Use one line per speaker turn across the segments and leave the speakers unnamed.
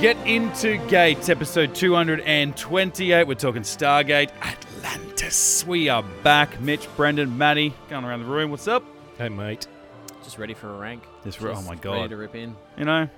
Get into Gates, episode 228. We're talking Stargate Atlantis. We are back. Mitch, Brendan, Maddie, going around the room. What's up?
Hey, mate.
Just ready for a rank.
Just re- oh my God.
Ready to rip in.
You know,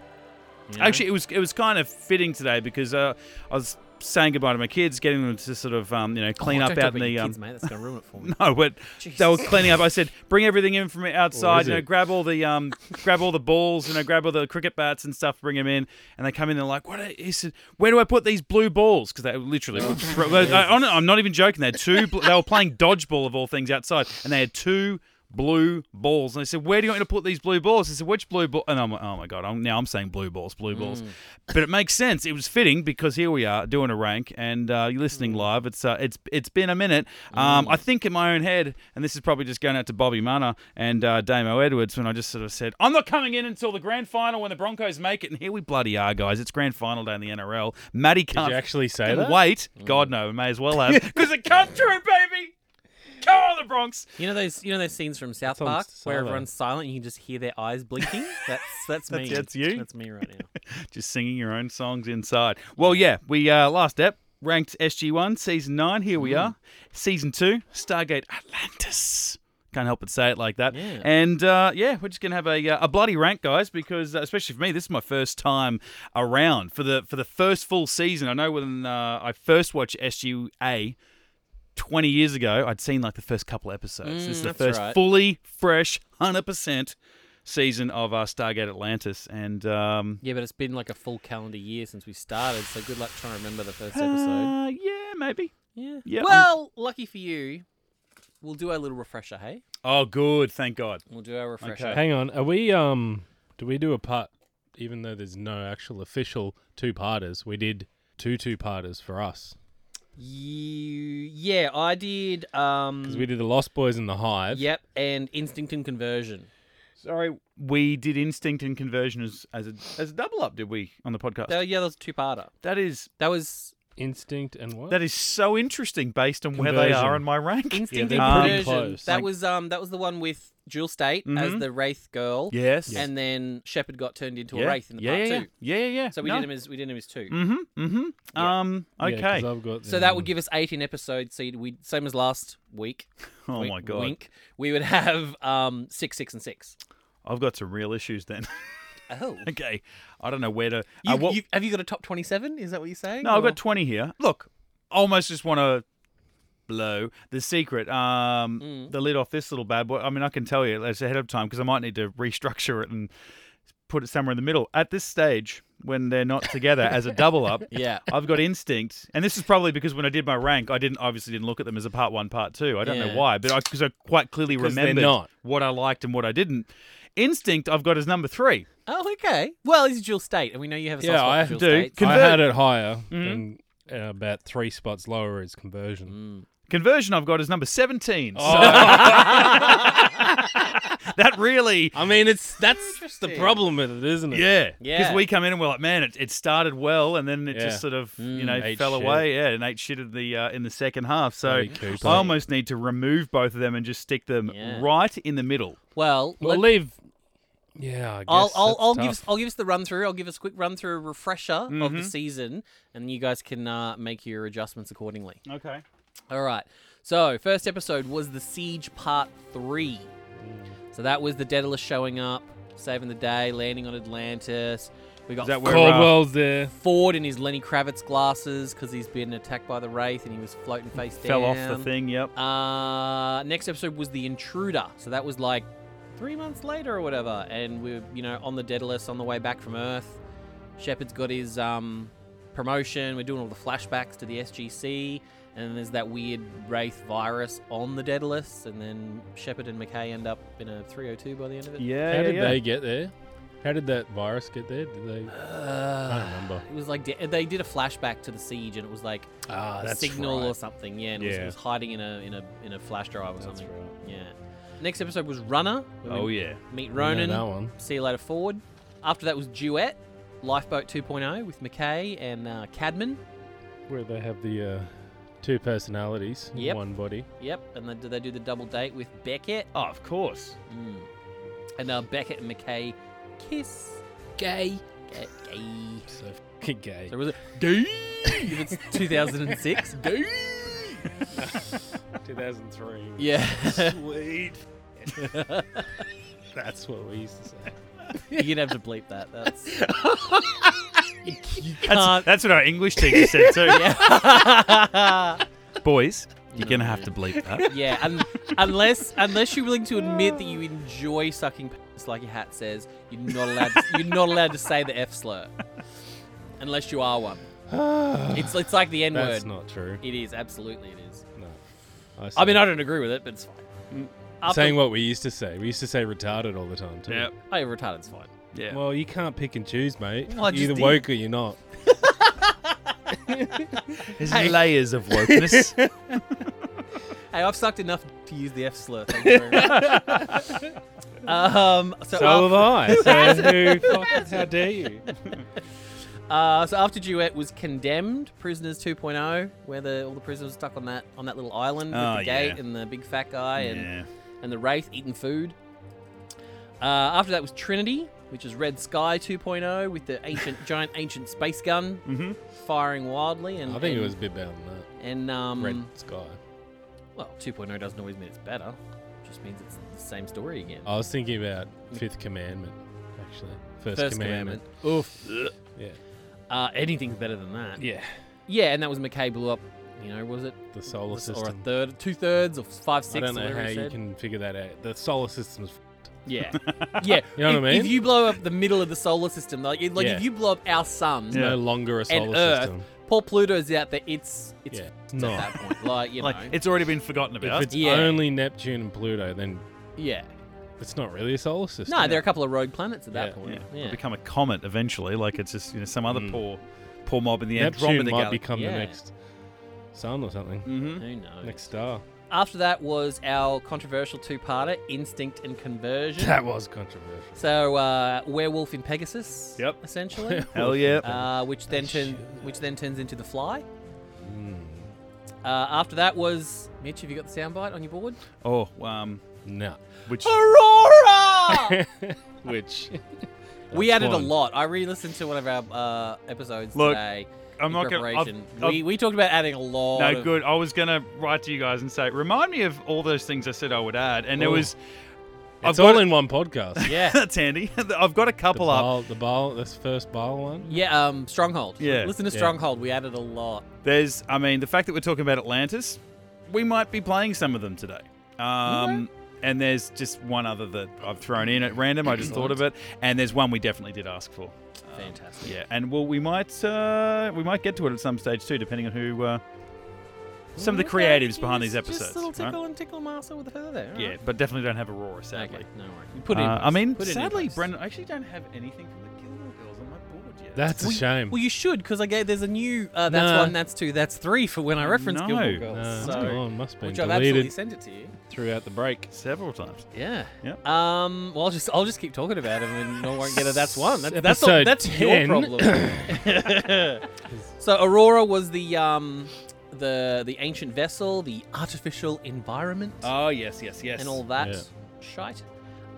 you know?
actually, it was it was kind of fitting today because uh, I was saying goodbye to my kids, getting them to sort of um, you know clean
Oh,
up
don't
out in
talk about
the
your
um,
kids, mate. That's gonna ruin it for me.
No, but they were
Jeez.
cleaning up. I said, bring everything in from outside.
is
You know,
it?
grab all the um, grab all the balls. You know, grab all the cricket bats and stuff. Bring them in, and they come in. They're like, what? are- He said, where do I put these blue balls? Because they literally, were thro- I, I, I'm not even joking. They had two. bl- They were playing dodgeball of all things outside, and they had two blue balls. And I said, where do you want me to put these blue balls? I said, which blue ball? And I'm like, oh my god, I'm, now I'm saying blue balls, blue balls.
Mm.
But it makes sense. It was fitting because here we are doing a rank, and uh, you're
Mm.
listening live. It's uh, it's it's been a minute. Um, I think in my own head, and this is probably just going out to Bobby Munner and uh, Damo Edwards when I just sort of said, I'm not coming in until the grand final when the Broncos make it. And here we bloody are, guys. It's grand final day in the NRL. Matty
Did
can't
you actually say
fucking
that? Mm.
wait. God no, we may as well have because it come true, baby. Come on, the Bronx.
You know those you know those scenes from South
on
Park where
Silo.
everyone's silent and you can just hear their eyes blinking? That's that's me.
that's you?
That's me right now.
just singing your own songs inside. Well, yeah, we uh, last ep ranked SG One season nine. Here
Hmm.
we are, season two, Stargate Atlantis. Can't help but say it like that.
Yeah.
And uh, yeah, we're just gonna have a, uh, a bloody rank, guys, because uh, especially for me, this is my first time around for the for the first full season. I know when uh, I first watched SGA. 20 years ago, I'd seen like the first couple episodes. this is the
Mm, that's
first
right.
fully fresh, 100% season of uh, Stargate Atlantis. And um,
Yeah, but it's been like a full calendar year since we started, so good luck trying to remember the first episode.
Uh, yeah, maybe.
Yeah.
yeah, I'm-
Well, lucky for you, we'll do our little refresher, hey?
Oh, good. Thank God.
We'll do our refresher.
Okay.
Hang on. Are we, um, do we do a part, even though there's no actual official two parters? We did two two parters for us.
You yeah, I did um
Because we did the Lost Boys and the Hive.
Yep, and instinct and conversion.
Sorry, we did instinct and conversion as, as a as a double up, did we on the podcast?
That, yeah, that was two parter.
that is
That was
Instinct and what?
that is so interesting based on where they are
Conversion.
in my rank.
Instinct
they're
and
pretty
Conversion.
close.
That
Like-
was um that was the one with Jewel State as
Mhm.
the Wraith girl.
yes.
And then Shepard got turned into
yeah.
a Wraith in the
yeah,
part
yeah, yeah.
two.
Yeah, yeah, yeah.
So we
no.
did him as we did him as two.
Mm-hmm. Mm-hmm.
Yeah.
Um.
Yeah, 'cause
Okay.
I've got
So that would give us eighteen episodes. So we same as last week.
oh
wink,
my God.
Wink. We would have um six, six, and six.
I've got some real issues then.
Oh.
okay. I don't know where to.
You,
uh, what-
you- have you got a top twenty-seven? Is that what you're saying?
No, I've
or-
got 20 here. Look, I almost just want to blow the secret, um, the lid off this little bad boy. I mean, I can tell you that's ahead of time because I might need to restructure it and put it somewhere in the middle. At this stage, when they're not together as a double up,
Yeah.
I've got instinct, and this is probably because when I did my rank, I didn't obviously didn't look at them as a part one, part two. I don't
Yeah.
know why, but because I, quite clearly
'Cause they're
remembered
not.
what I liked and what I didn't. Instinct, I've got as number three.
Oh, okay. Well, it's Jewel State, and we know you have a soft
Yeah,
spot
I
for Jewel
do.
State.
Con-
I
Convert-
had it higher
Mm.
than uh, about three spots lower is
Mm.
conversion.
Conversion, I've got as number seventeen. So that really
I mean, it's that's the
Interesting.
problem with it, isn't it?
Yeah,
Yeah.
Because we come in and we're like, man, it, it started well, and then it
Yeah. Mm,
just sort of you know
ate
fell
shit.
away. Yeah, and ate shit in the uh, in the second half. So
Bloody Cooper.
I almost need to remove both of them and just stick them
Yeah.
right in the middle.
Well,
We'll
let-
leave. Yeah, I guess
I'll I'll,
that's
I'll
tough.
give us, I'll give us the run through. I'll give us a quick run through a refresher of
Mm-hmm.
the season, and you guys can uh, make your adjustments accordingly.
Okay.
All right. So first episode was the siege part three. So that was the Daedalus showing up, saving the day, landing on Atlantis. We got
Is that where uh,
Caldwell's there.
Ford in his Lenny Kravitz glasses because he's been attacked by the wraith and he was floating face
fell
down.
off the thing? Yep.
Uh, next episode was the intruder, so that was like three months later or whatever, and we're you know on the Daedalus on the way back from Earth. Shepard's got his um, promotion. We're doing all the flashbacks to the SGC, and then there's that weird wraith virus on the Daedalus, and then Shepard and McKay end up in a 302 by the end of it.
Yeah.
How
yeah,
did
yeah.
they get there? How did that virus get there? Did they? I don't remember.
Uh, It was like da- they did a flashback to the siege, and it was like
Ah,
a signal or something. Yeah, and It, was, it
Yeah.
was hiding in a in a in a flash drive or
That's
something.
right.
Yeah. Next episode was Runner. where we
Oh yeah.
Meet
You know
Ronan.
that one.
See you later, Ford. After that was Duet, Lifeboat 2.0 with McKay and uh, Cadman.
Where they have the uh, two personalities in
Yep.
one body.
Yep, and then did they do the double date with Beckett?
Oh, of course.
Mm. And uh, Beckett and McKay kiss. Gay. Gay.
So Gay.
So was it gay? if it's 2006, gay.
2003.
Yeah,
Sweet.
That's what we used to say.
you're gonna have to bleep that. That's you, you
That's,
can't.
that's what our English teacher said too.
yeah.
Boys, you're gonna
No.
have to bleep that.
yeah, un- unless unless you're willing to admit that you enjoy sucking penis, like your hat says, you're not allowed. To, you're not allowed to say the f slur, unless you are one. It's it's like the n
That's
word.
not true.
It is absolutely it is.
No.
I mean, I don't agree with it, but it's fine.
am
After-
Mm. saying what we used to say. We used to say retarded all the time too.
Yep.
Oh, you're retarded. It's fine.
Yeah.
Well, you can't pick and choose, mate.
Well, I just
you're
did.
the woke or you're not.
There's layers of wokeness.
Hey, I've sucked enough to use the F slur. Thank you very much. um, so,
So have
af-
I. So who fucking, how dare you?
uh, so after Duet was condemned, Prisoners 2.0, where the, all the prisoners were stuck on that on that little island
Oh,
Ah,
with the gate
yeah.
and the big fat guy and,
yeah.
and the wraith eating food. Uh, after that was Trinity, which is Red Sky 2.0 with the ancient giant ancient space gun
Mhm.
firing wildly and
Mm-hmm. I think it
and-
was a bit better than that.
and um,
Red Sky.
well 2.0 doesn't always mean it's better, it just means it's the same story again.
I was thinking about Fifth Commandment, actually. First,
First
commandment.
Oof.
Yeah.
Uh, anything's better than that.
Yeah.
Yeah, and that was McKay blew up. You know, was it
The solar
was it- or a
system.
third, two thirds, or five
I
sixths?
don't
or
know
whatever
how
he
you
said.
can figure that out. The solar system's
Yeah, yeah.
You know what
if,
I mean?
If you blow up the middle of the solar system, like, like
Yeah.
if you blow up our sun,
Yeah.
no longer a solar
Earth,
system.
Paul Pluto's out there. It's it's
Yeah.
f-
No.
at that point. Like you know,
Like it's already been forgotten
If
about.
it's
Yeah.
only Neptune and Pluto, then
yeah.
it's not really a solar system.
No, there are a couple of rogue planets at
Yeah.
that
Yeah.
point.
It'll
Yeah,
become a comet eventually. Like it's just you know some other
Mm.
poor, poor mob in the
Neptune
Andromeda
might
galaxy.
become
Yeah.
the next sun or something.
mm-hmm.
who knows?
Next star.
After that was our controversial two-parter, Instinct and Conversion.
That was controversial.
so uh, Werewolf in Pegasus.
Yep.
Essentially.
Hell yeah.
uh, which then turns which then turns into the fly.
Hmm.
Uh, after that was Mitch. Have you got the soundbite on your board?
Oh, um,
No.
which
Aurora.
Which
we added a
one.
lot. I re-listened to one of our uh, episodes
Look,
today.
I'm
in
not gonna. I've-
preparation.
I've-
we, we talked about adding a lot.
no,
of-
good. I was gonna write to you guys and say, remind me of all those things I said I would add, and there
Oh.
was.
It's
I've got
all
a-
in one podcast.
Yeah,
That's handy. I've got a
the
couple up.
Baal, the Baal, this first Baal one.
yeah. Um, Stronghold.
Yeah.
Listen to
Yeah.
Stronghold. We added a lot.
There's, I mean, the fact that we're talking about Atlantis, we might be playing some of them today. Um, And there's just one other that I've thrown in at random. I just thought of it, and there's one we definitely did ask for.
Fantastic.
Yeah, and well, we might uh, we might get to it at some stage too, depending on who uh, some of the
Mm, Okay,
creatives behind these
just-
episodes.
Just a little
right?
tickle and tickle master with her there.
Yeah,
alright.
but definitely don't have Aurora, sadly.
Okay. No worries. You put it in.
Uh, I
post.
mean,
Put it in
sadly,
post.
Brendan, I actually don't have anything from the Gilmore Girls on my board yet.
That's a
Well, you-
shame.
Well, you should, because I gave there's a new uh, that's
Nah.
one, that's two, that's three for when I reference
No.
Gilmore
No,
Girls.
no,
so,
come on, must be
which I've absolutely
deleted
sent it to you.
throughout the break.
several times.
Yeah.
Yeah.
Um. Well, I'll just I'll just keep talking about them and no one get a that's one. That, that's
Episode
that's
10.
your problem. so Aurora was the um the the ancient vessel, the artificial environment,
Oh yes, yes, yes.
and all that
Yeah.
shite.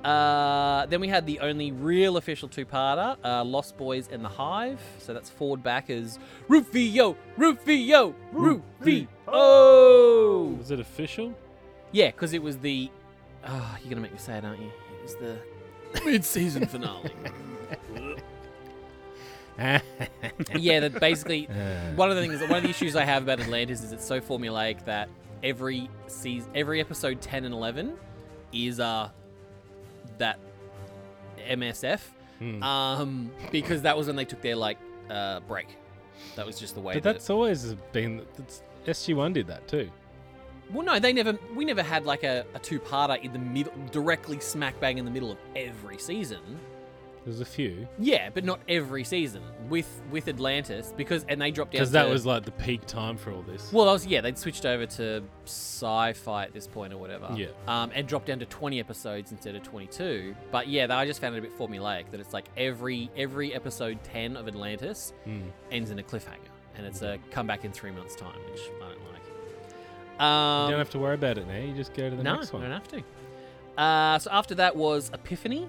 Uh, then we had the only real official two-parter, uh, Lost Boys and the Hive. So that's Ford Backers, Rufio, Rufio, Rufio.
Oh!
Was it official?
Yeah, because it was the. Ah, you're gonna make me say it, aren't you? It was the mid-season finale. Oh! yeah, that basically one of the things, one of the issues I have about Atlantis is it's so formulaic that every season, every episode ten and eleven is uh that MSF,
Hmm.
um, because that was when they took their like uh break. That was just the way.
But
that it-
that's always been. That's, SG1 did that too.
Well, no, they never. We never had like a, a two-parter in the middle, directly smack bang in the middle of every season.
There's a few.
Yeah, but not every season with with Atlantis because and they dropped down
Because that
to-
was like the peak time for all this.
well, that was yeah. They'd switched over to sci-fi at this point or whatever.
Yeah.
Um, and dropped down to twenty episodes instead of twenty-two. But yeah, that- I just found it a bit formulaic that it's like every every episode ten of Atlantis
Mm.
ends in a cliffhanger, and it's a comeback in three months' time, which I don't like.
You
Um,
Hmm. don't have to worry about it now. You just go to the
no,
next one.
I don't have to. Uh, so after that was Epiphany,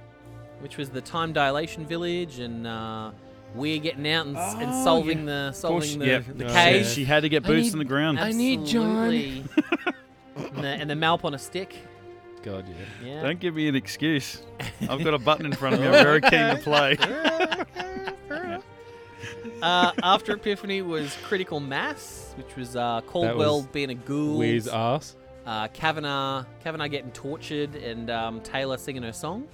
which was the time dilation village and uh, We're getting out and, s and
Oh,
solving
yeah.
the solving the,
Yep.
the
Oh,
cave.
yeah.
She had to get
I
boots
need-
on the ground.
I need John. and, the, and the Malp on a stick.
God, yeah.
Yeah.
Don't give me an excuse. I've got a button in front of me. I'm very keen to play.
uh, after Epiphany was Critical Mass, which was uh, Caldwell
was
being a ghoul,
Weir's ass.
uh, Kavanaugh, Kavanaugh getting tortured, and um, Taylor singing her song.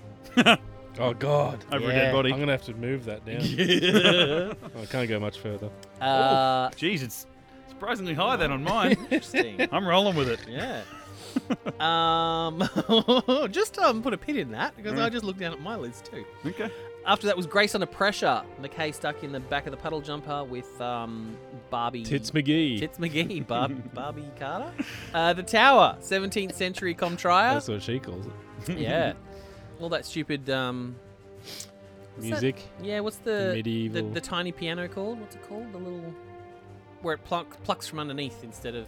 Oh God.
Over a
Yeah.
dead
I'm
body.
gonna have to move that down. Oh, I can't go much further. Oh.
Uh,
Jeez, it's surprisingly high then on mine.
interesting.
I'm rolling with it.
yeah. Um, just um, put a pin in that because
Mm.
I just looked down at my list too.
Okay.
After that was Grace Under Pressure, McKay stuck in the back of the puddle jumper with um, Barbie.
Tits McGee.
Tits McGee, Bar- Barbie Carter. Uh, the Tower, 17th century Comtrier.
That's what she calls it.
yeah. All that stupid. Um, what's that-
Music.
Yeah, what's the, the, the
medieval.
tiny piano called? What's it called? The little where it pluck, plucks from underneath instead of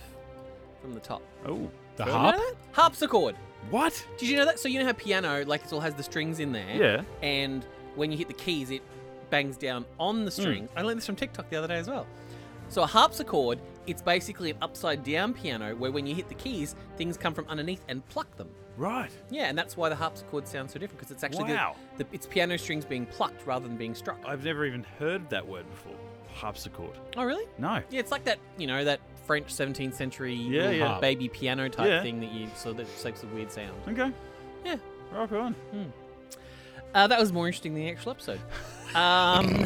from the top.
Oh.
The
Did you know
harp.
that? Harpsichord.
What?
Did you know that? So you know how piano, like it all has the strings in there.
Yeah.
And when you hit the keys, it bangs down on the strings.
Hmm.
I learned this from TikTok the other day as well. So a harpsichord, it's basically an upside down piano where when you hit the keys, things come from underneath and pluck them.
Right.
Yeah, and that's why the harpsichord sounds so different because it's actually the-
Wow.
the, it's piano strings being plucked rather than being struck.
I've never even heard that word before. Harpsichord.
oh, really?
No.
Yeah, it's like that, you know, that French 17th century
Yeah,
little
yeah.
baby piano type
Yeah.
thing that you so that it makes a weird sound.
Okay.
Yeah.
Right on.
Uh, that was more interesting than the actual episode. Um,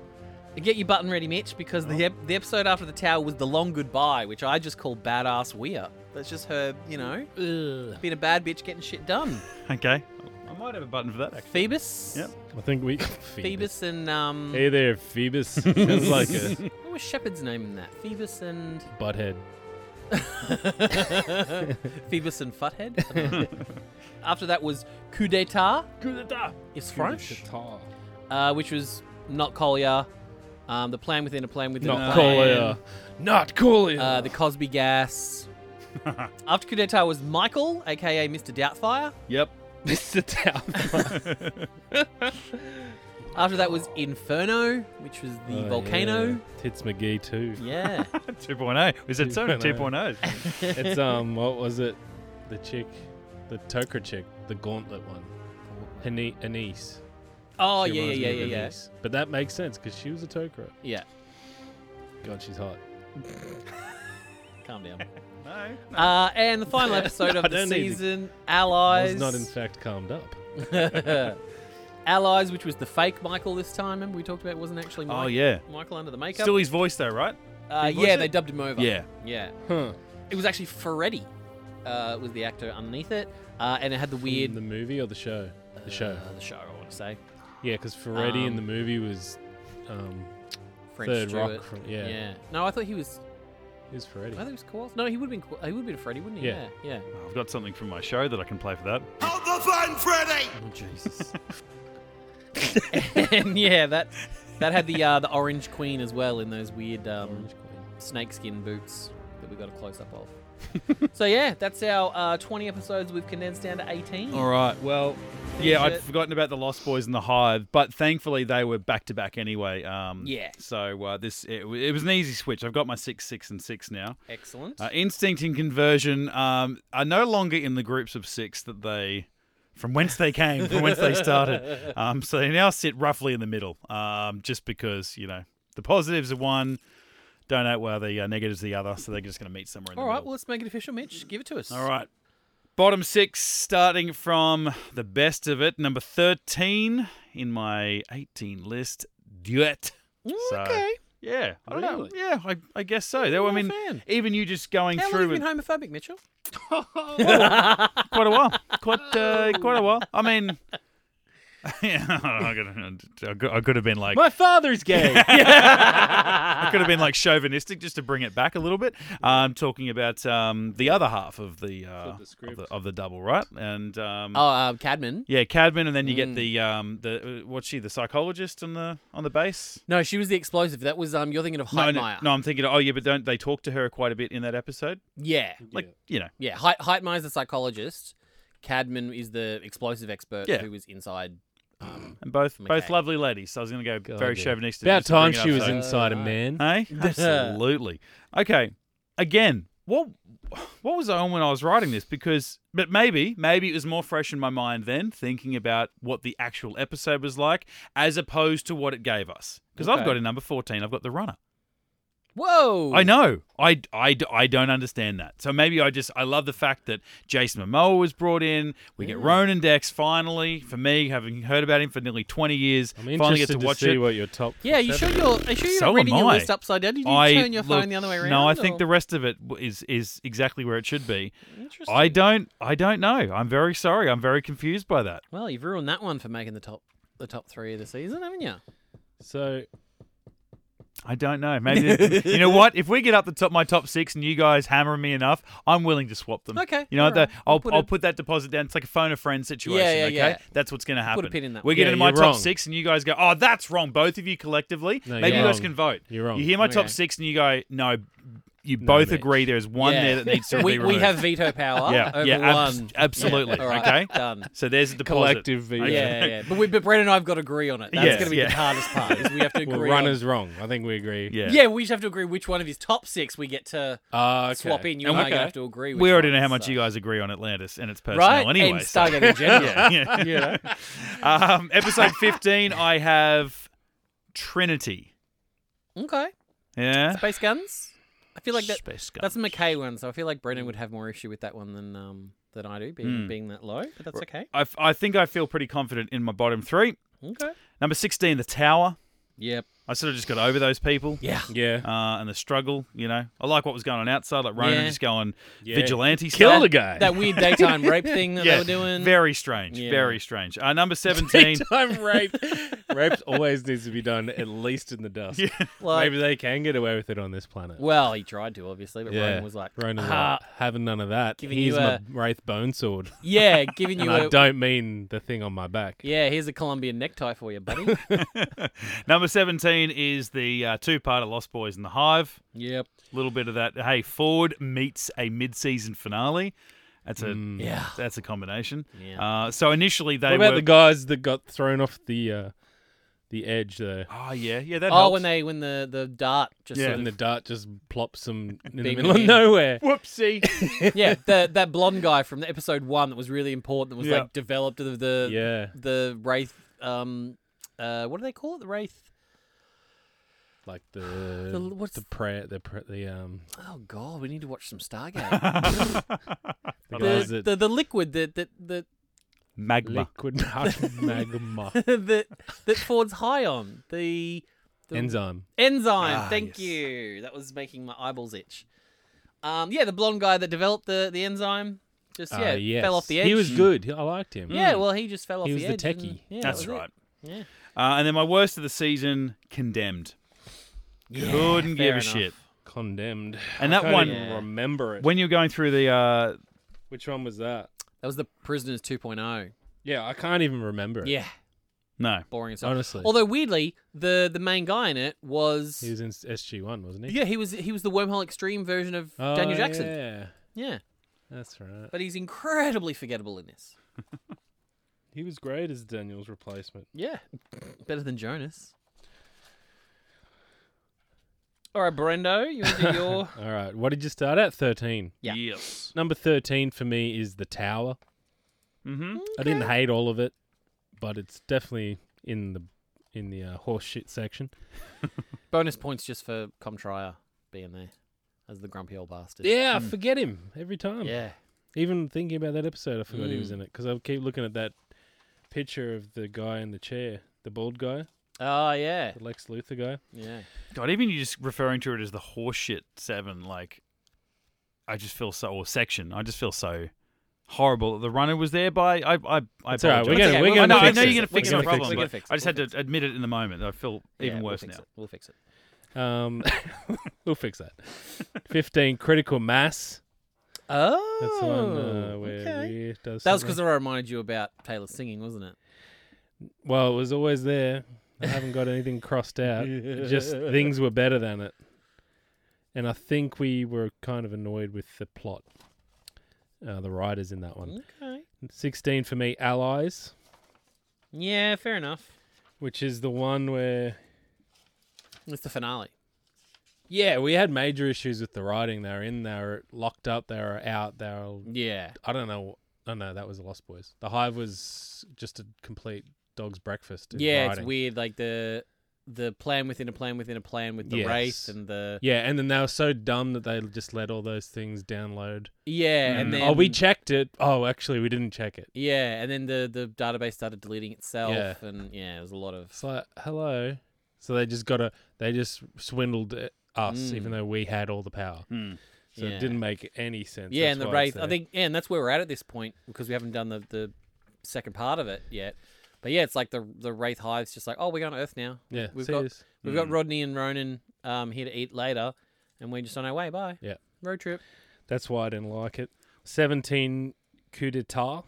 get your button ready, Mitch, because the, ep- the episode after the tower was the long goodbye, which I just call badass weir. That's just her, you know, being a bad bitch, getting shit done.
Okay. I might have a button for that actually.
Phoebus,
Yep.
I think we.
Phoebus, and um,
Hey there, Phoebus. Sounds like a
what was Shepard's name in that? Phoebus and
butthead.
Phoebus and Futhead. I don't know. after that was coup d'état. It's French, uh, which was not Collier. Um, the plan within a plan within a
Not
plan.
Collier. Not Collier.
uh, the Cosby gas. After coup d'etat was Michael, aka Mr. Doubtfire.
Yep.
Mr. Tower.
After that was Inferno, which was
Oh,
the volcano.
Tits McGee too.
Yeah.
2.0. We said so many
2.0.
2.0s.
It's um, what was it? The chick, the Tokra chick, the gauntlet one. Ani- Anise.
Oh
She
yeah,
reminds
yeah,
me
yeah,
of
yeah,
Anise. But that makes sense because she was a Tokra.
yeah.
God, she's hot.
Yeah. Calm down.
no.
Uh, and the final episode
No, I
of the
don't need to-
season,
I
Allies.
was not in fact calmed up.
Allies, which was the fake Michael this time. Remember we talked about it wasn't actually Michael.
Oh, yeah.
Michael under the makeup.
Still his voice though, right?
uh,
he voiced
yeah,
it?
they dubbed him over.
Yeah.
Yeah.
Huh.
It was actually Ferretti. Uh, was the actor underneath it, uh, and it had the
In
weird
the movie or the show? The show.
Uh, the show, I want to say.
Yeah, because Ferretti
Um,
in the movie was um,
French
Third
Stewart.
Rock. From, yeah,
No, I thought he was.
he was Ferretti.
I thought he was Kowalski. No, he would have been. Kow- He would have been Freddy, wouldn't he?
Yeah.
Yeah.
I've got something from my show that I can play for that.
Hold the phone, Freddy!
Oh Jesus. and yeah, that that had the uh, the Orange Queen as well in those weird um,
Orange Queen.
snakeskin boots that we got a close up of. so yeah, that's our uh, 20 episodes we've condensed down to 18.
All right. Well, yeah, I'd
it.
forgotten about the Lost Boys and the Hive, but thankfully they were back to back anyway. Um,
Yeah.
So uh, this it, w- it was an easy switch. I've got my six, six, and six now.
Excellent.
Uh, instinct and conversion um, are no longer in the groups of six that they from whence they came, from whence they started. Um, so they now sit roughly in the middle, um, just because you know the positives are one, don't know where the uh, negatives are the other, so they're just going to meet somewhere in
All
the
right,
middle.
well let's make it official, Mitch. Give it to us.
All right. Bottom six, starting from the best of it. Number 13 in my 18 list, Duet.
Mm,
So,
Okay.
Yeah. I don't know.
Really?
Yeah, I, I guess so. There, I
Not a
mean,
fan.
even you just going
How long
through
have
it
you been homophobic, Mitchell?
quite a while. Quite, uh, quite a while. I mean, yeah, I could- I could- I could have been like,
My father's gay.
I could have been like chauvinistic just to bring it back a little bit. Um, talking about um, the other half of the, uh,
Of the
of,
script.
the of the double, right? And um,
Oh, uh, Cadman.
Yeah, Cadman, and then you
Mm.
get the um the uh, what's she the psychologist on the on the base?
No, she was the explosive. That was um. You're thinking of
No,
Heitmeyer.
no, no, I'm thinking. Oh yeah, but don't they talk to her quite a bit in that episode?
Yeah.
Like you know,
Yeah, Heit- Heitmeyer's the psychologist. Cadman is the explosive expert
Yeah.
who was inside
and both both
McKay.
lovely ladies. So I was going to go
God,
very
yeah.
chauvinistic.
About
just to bring
time
it
she
up,
was
so-
inside a
Uh,
man.
Hey, absolutely. Okay, again, what what was I on when I was writing this? Because, but maybe maybe it was more fresh in my mind then, thinking about what the actual episode was like, as opposed to what it gave us. Because I've
Okay.
got a number fourteen. I've got the runner.
Whoa!
I know. I, I, I don't understand that. So maybe I just I love the fact that Jason Momoa was brought in. We get Ronan Dex finally. For me, having heard about him for nearly twenty years,
I'm
finally get
interested
to,
to
watch
see
it.
what your top.
Yeah, you sure
seven
you're? Are you sure you're
So
not reading
am
your
I.
list upside down? Did you
I
turn your
look-
phone the other way around?
No, I think
or-
the rest of it w- is is exactly where it should be.
Interesting.
I don't I don't know. I'm very sorry. I'm very confused by that.
Well, you've ruined that one for making the top the top three of the season, haven't you?
So
I don't know. Maybe you know what? If we get up the top my top six and you guys hammer me enough, I'm willing to swap them.
Okay,
You know what?
alright.
the- I'll
We'll put
I'll
a-
put that deposit down. It's like a phone a friend situation.
Yeah, yeah,
okay,
yeah.
that's what's going to happen.
pin in that
We
one.
get
Yeah,
into my
you're
top
wrong.
six and you guys go, oh, that's wrong. Both of you collectively.
No,
Maybe
you're
you guys
wrong.
can vote.
You're wrong.
You hear my top
Okay.
six and you go, no. You both
mate.
agree there's one
Yeah.
there that needs to be
we,
removed.
we have veto power
Yeah,
over
yeah, abs-
one.
absolutely,
Yeah, all right,
okay?
done.
So there's the deposit.
collective veto.
Yeah, yeah, yeah. But we, but Brett and I have got to agree on it. That's
Yes,
going to be
yeah.
the hardest part. Is we have to agree.
well,
on-
runner's wrong. I think we agree.
Yeah.
Yeah, we just have to agree which one of his top six we get to
Uh, okay.
swap in. You
And
and I
we-
are gonna have to agree.
We
which
already
one,
know how much
so.
you guys agree on Atlantis and its personnel
right
anyway.
and
so-
Stargate in general.
yeah. Um, episode 15, I have Trinity.
Okay,
Yeah.
space guns. I feel like that.
Space gun.
That's a McKay one, so I feel like Brennan would have more issue with that one than um than I do, being
Mm.
being that low. But that's okay.
I, f- I think I feel pretty confident in my bottom three.
Okay.
Number 16, The Tower.
Yep.
I sort of just got over those people.
Yeah.
Yeah.
Uh, and the struggle, you know. I like what was going on outside, like Ronan
Yeah.
just going
Yeah.
vigilante
Killed
style.
a guy.
That weird daytime rape thing that
Yeah,
they were doing.
very strange,
Yeah.
very strange. Uh, number seventeen,
Daytime rape. Rape always needs to be done at least in the dust.
Yeah.
Like-
Maybe they can get away with it on this planet.
Well, he tried to obviously, but Ronan was like,
Ronan
"Ah,
like, having none of that.
Giving
Here's
you
my wraith bone sword,
yeah, giving you
and I
a
don't mean the thing on my back.
yeah. Here's a Colombian necktie for you, buddy.
number seventeen is the uh, two-part of Lost Boys and the Hive.
yep.
little bit of that. Hey, Ford meets a mid-season finale. That's a
Yeah.
that's a combination.
Yeah.
Uh, so initially they
What about
were.
the guys that got thrown off the uh, the edge though?
oh yeah, yeah. That
oh,
helps.
when they when the the dart just
Yeah.
sort
And the dart just plops them in the
Beam
middle of
in.
nowhere.
Whoopsie.
of, yeah, the, that blonde guy from the episode one that was really important that was
Yeah.
like developed the the
Yeah,
the wraith. Um, uh, what do they call it? The wraith.
like the,
The-
the
what's-
what's the prayer the pra- the um
Oh god, we need to watch some Stargate.
the guys
the,
that
the the liquid that that that
Magma.
liquid magma
that that Ford's high on the, the
enzyme.
enzyme.
Ah,
thank
yes.
you. That was making my eyeballs itch. Um, yeah, the blonde guy that developed the the enzyme just yeah
Uh, yes.
fell off the edge.
He was
and-
good. I liked him.
Yeah, well, he just fell off
He
the
was
edge.
the
and-
techie.
yeah, that
That's
was it.
right.
Yeah.
Uh, and then my worst of the season, Condemned. Couldn't give
fair
a
enough.
shit.
Condemned.
And
I
that
can't
one-
even
Yeah.
remember it.
When you're going through the uh,
Which one was that?
That was the Prisoners oh. 2.0.
Yeah, I can't even remember it.
Yeah,
no,
boring as hell.
honestly.
Although weirdly, the the main guy in it was
he was in SG One, wasn't he?
yeah he was he was the Wormhole Extreme version of
Oh,
Daniel Jackson.
Yeah,
Yeah,
that's right.
but he's incredibly forgettable in this.
He was great as Daniel's replacement.
Yeah, better than Jonas. All right, Brendo, you want to do your?
All right, what did you start at? Thirteen.
Yeah.
yes.
Number thirteen for me is the tower.
hmm
I didn't hate all of it, but it's definitely in the in the uh, horse shit section.
Bonus points just for Comtrier being there as the grumpy old bastard.
Yeah, I
Mm.
forget him every time.
yeah.
Even thinking about that episode, I forgot he was
Mm.
in it because I keep looking at that picture of the guy in the chair, the bald guy,
Oh yeah,
the Lex Luthor guy.
yeah.
God, even you just referring to it as the horseshit seven, like I just feel so or section. I just feel so horrible. that The runner was there by I I I
It's all right, we're
apologize.
gonna- we're
I know,
gonna
I
fix
know
it.
you're gonna
We're
fix
gonna
my problem.
fix it.
but
We're gonna fix it.
I just had
We'll
to admit it in the moment. I feel even
Yeah, we'll
worse
fix
now.
it. We'll fix it.
Um, we'll fix that. Fifteen critical mass.
Oh,
That's the one uh, where Weir does.
That was
something.
because I reminded you about Taylor singing, wasn't it?
well, it was always there. I haven't got anything crossed out. It Just things were better than it, and I think we were kind of annoyed with the plot, uh, the writers in that one.
Okay.
Sixteen for me, allies.
Yeah, fair enough.
which is the one where
It's the finale.
yeah, we had major issues with the writing. They were in, they were locked up, they were out, they were
Yeah.
I don't know. Oh no, that was the Lost Boys. The Hive was just a complete dog's breakfast. in
yeah, it's
writing.
weird. Like the the plan within a plan within a plan with the race
Yes.
and the
Yeah, and then they were so dumb that they just let all those things download.
yeah, and
Mm.
then
oh, we checked it. Oh, actually, we didn't check it.
yeah, and then the the database started deleting itself,
Yeah.
and yeah, it was a lot of
It's like hello. So they just got a. They just swindled it- us,
Mm.
even though we had all the power.
Hmm.
So
Yeah.
it didn't make any sense.
yeah,
That's
and the
why
race.
it's
I
there.
think yeah, and that's where we're at at this point because we haven't done the the second part of it yet. But yeah, it's like the the wraith hive's just like, oh, we're on Earth now.
Yeah.
we've
see
got-
this?
We've got Rodney and Ronan um, here to eat later, and we're just on our way. Bye.
Yeah.
road trip.
That's why I didn't like it. Seventeen coup d'état.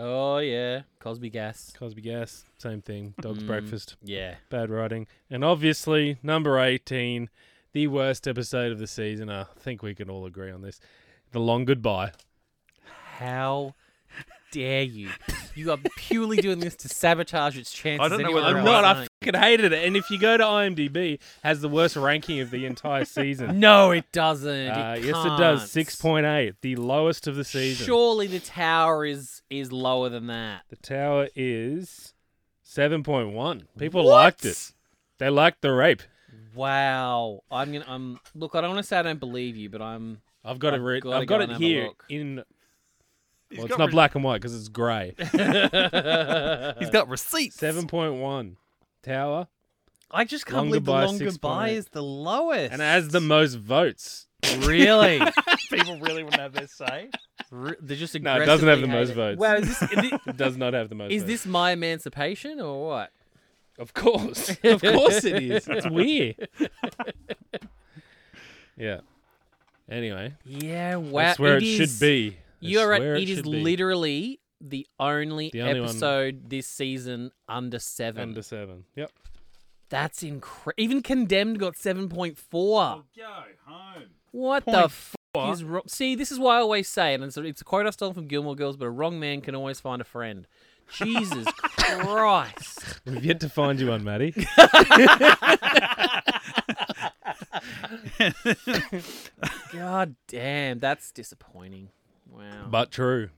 Oh yeah, Cosby gas.
Cosby Gas, same thing. Dog's
Mm.
breakfast.
Yeah,
Bad writing. And obviously, number 18, the worst episode of the season. I think we can all agree on this. The Long Goodbye.
How dare you? You are purely doing this to sabotage its chances.
I don't know
anywhere
whether
I'm
Right.
not. I
else.
fucking hated it. And if you go to IMDb, it has the worst ranking of the entire season.
No, it doesn't.
Uh,
it
yes, it
can't.
does. 6.8, the lowest of the season.
Surely the tower is is lower than that.
The tower is 7.1. People
What?
liked it. They liked the rape.
Wow. I'm gonna. I'm look. I don't want to say I don't believe you, but I'm.
I've got
I've
it writ-
gotta
I've
go
got
and
it
have a
here
look.
in.
He's
Well, it's
got
not
re-
black and white because it's grey.
He's got receipts.
Seven point one tower,
I just can't
Long
believe
Goodbye,
the long
6.8.
goodbye is the lowest.
and it has the most votes.
really.
People really wouldn't have their say.
Re- They're just
No, it doesn't have
aggressively
the most
hate it.
votes.
Wow, is this, is thi-
It does not have the most.
is
votes.
this my emancipation or what?
Of course, of course it is. It's weird. yeah. Anyway,
Yeah, wow.
that's where it,
is-
should be. That's
You're right.
where
it is
should be.
literally the only,
The only one-
episode this season under seven.
under seven. Yep.
That's incredible. Even Condemned got 7.4.
Go home.
What the
Point
f
four.
is wrong? See, this is why I always say, and it's a, it's a quote I've stolen from Gilmore Girls, but a wrong man can always find a friend. Jesus Christ.
We've yet to find you one, Maddie.
God damn, that's disappointing. Wow.
but true.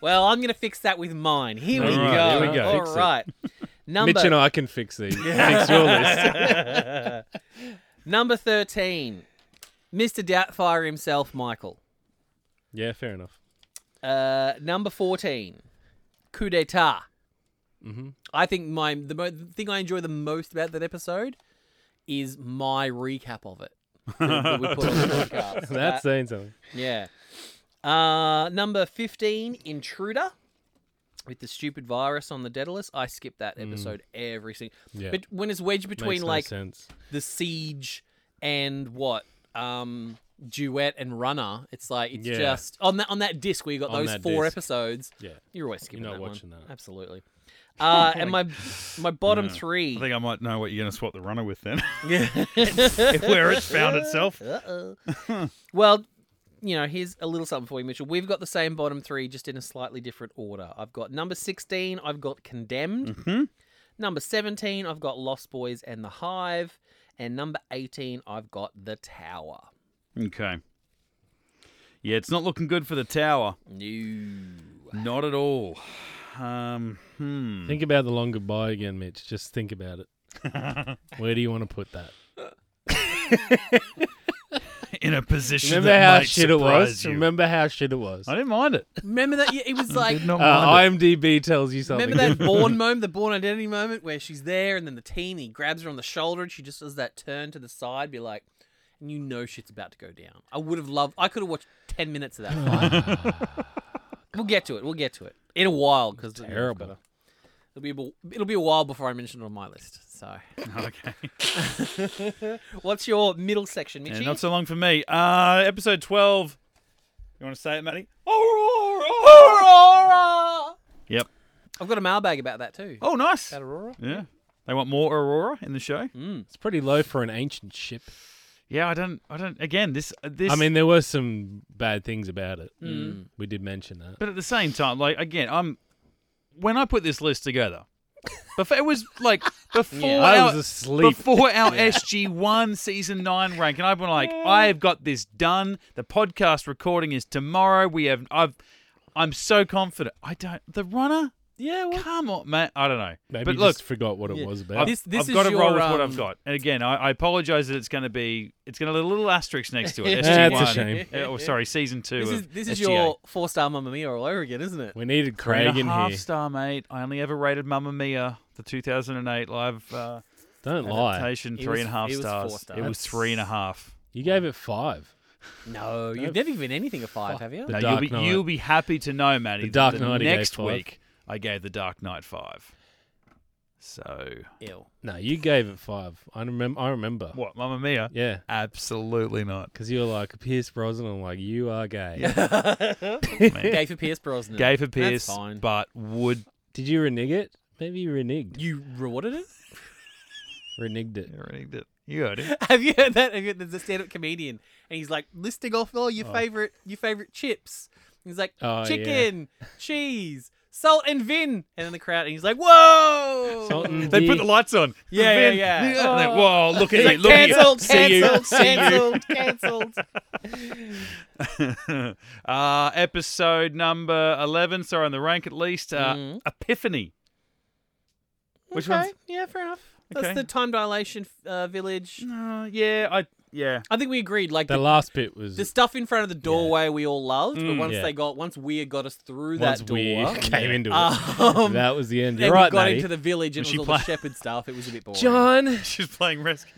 Well, I'm going to fix that with mine. Here we
All right,
go.
here we go. Fix
All
it.
right. Number,
Mitch and I can fix these. Fix your list.
number 13, Mr. Doubtfire himself, Michael.
Yeah, fair enough.
Uh, number 14, Coup d'etat.
Mm-hmm.
I think my the, mo- the thing I enjoy the most about that episode is my recap of it. that we put on the podcast.
That's
That-
saying something.
yeah. Uh, number 15, Intruder. With the stupid virus on the Daedalus, I skip that episode every single.
Mm. Yeah.
But when it's wedged between
Makes no
like
sense.
the siege and what um duet and runner it's like it's
Yeah.
just on that on that disc where you got
On
those
that
four
disc.
episodes
Yeah.
you're always skipping
not
that one.
watching that.
absolutely uh and my my bottom three
I think I might know what you're going to swap the runner with then. Where it's found itself.
Uh-oh. well you know here's a little something for you mitchell we've got the same bottom three just in a slightly different order i've got number 16 i've got condemned
Mm-hmm.
Mhm.
number 17 i've got lost boys and the hive and number 18 i've got the tower
Okay. Yeah, it's not looking good for the tower.
no
Not at all. Um, hmm.
Think about the long goodbye again, Mitch. Just think about it. Where do you want to put that?
In a position
Remember
that
how
might
shit it was?
surprise you.
Remember how shit it was?
I didn't mind it.
Remember that? Yeah, it was
I
like.
did not
Uh,
mind
IMDb tells you something.
Remember that born moment, the born identity moment where she's there and then the team he grabs her on the shoulder and she just does that turn to the side, be like, and you know shit's about to go down. I would have loved. I could have watched ten minutes of that fight. we'll get to it. We'll get to it in a while because
Terrible.
It'll be a, bu- it'll be a while before I mention it on my list. So,
it. Okay.
what's your middle section, Mitchy?
Yeah, not so long for me. Uh, episode 12. You want to say it, Matty? Aurora!
Aurora.
Yep.
I've got a mailbag about that too.
Oh, nice.
About Aurora.
Yeah. They want more Aurora in the show.
It's pretty low for an ancient ship.
Yeah, I don't. I don't. Again, this. uh, This.
I mean, there were some bad things about it.
Mm.
We did mention that.
But at the same time, like again, I'm when I put this list together, before, it was like before
Yeah.
I
our,
was asleep.
before our SG one season nine rank, and I've been like, I have got this done. The podcast recording is tomorrow. We have I've I'm so confident. I don't the runner.
Yeah, well,
Come on, man. I don't know.
Maybe
but
you
look,
just uh, forgot what it was
I've,
about.
This- this
I've
is
got to roll
your,
with what I've
um,
got. And again, I, I apologize that it's going to be it's going to have a little asterisk next to it.
Yeah,
SG1.
it's a shame.
Uh, oh, sorry, season two.
this is
of
this is
SGA.
your four star Mamma Mia all over again, isn't it?
we needed
Three and
Craig
a
in
half
here.
star, mate. I only ever rated Mamma Mia, the 2008 live uh,
Don't lie.
adaptation,
It
three
was-
and a half
it was four
stars. It was
stars.
three and a half.
You gave it five.
No, you've never given anything a five, have you?
The
Now,
Dark
you'll, be,
Knight.
you'll be happy to know, Maddie.
The
that
Dark
the
Knight he gave
next
five.
week, I gave the Dark Knight five. So
Ew.
No, you gave it five. I remember. I remember.
what, Mamma Mia?
Yeah,
Absolutely not.
because you were like Pierce Brosnan. Like you are gay.
Gay for Pierce Brosnan.
Gave a Pierce,
That's fine.
but would
Did you renege it? Maybe you reneged.
You rewarded it?
reneged it.
reneged it. You heard it.
Have you heard that? Have you, there's a stand-up comedian, and he's like listing off all your favorite your favorite chips. He's like
Oh, yeah.
chicken, cheese, salt, and vin. And then the crowd, and he's like, "Whoa!"
Salt and
They put
Yeah.
the lights on.
Yeah, yeah,
Then-
yeah.
then- and they- Whoa, look at it. Look at you.
Cancelled,
See you.
cancelled,
See you.
cancelled, cancelled.
uh, episode number 11, sorry, on the rank at least. Uh,
Mhm.
Epiphany. Which
okay.
one's-
Yeah, fair enough.
Okay. Mm.
That's the time dilation uh, village.
No, yeah, I yeah.
I think we agreed. Like
The
the,
last bit was
the stuff in front of the doorway, we all loved. but
Mm,
once
yeah.
they got, once Weir got us through
once
that door,
we came into it.
um,
that was the end.
then
You're right,
we got
Matty.
into the village and
Was
it
she
was all
pla-
the shepherd stuff. It was a bit boring.
John,
She's playing rescue.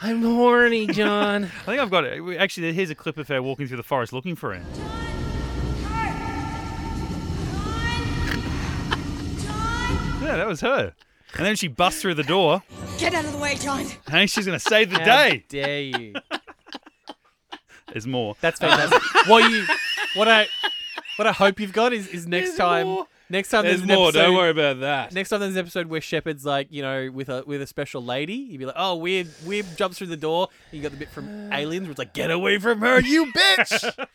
I'm horny, John.
I think I've got it. We- Actually, here's a clip of her walking through the forest looking for him. Yeah, that was her. And then she busts through the door.
Get out of the way, John.
Hey, she's going to save the
How
day.
dare you?
There's more.
That's fantastic. what you, what I, what I hope you've got is is next
There's
time.
more.
Next time there's,
There's
an
more.
Episode,
Don't worry about that.
Next time there's an episode where Shepard's like, you know, with a with a special lady, you'd be like, oh, weird, weird jumps through the door. And you got the bit from Aliens where it's like, get away from her, you bitch.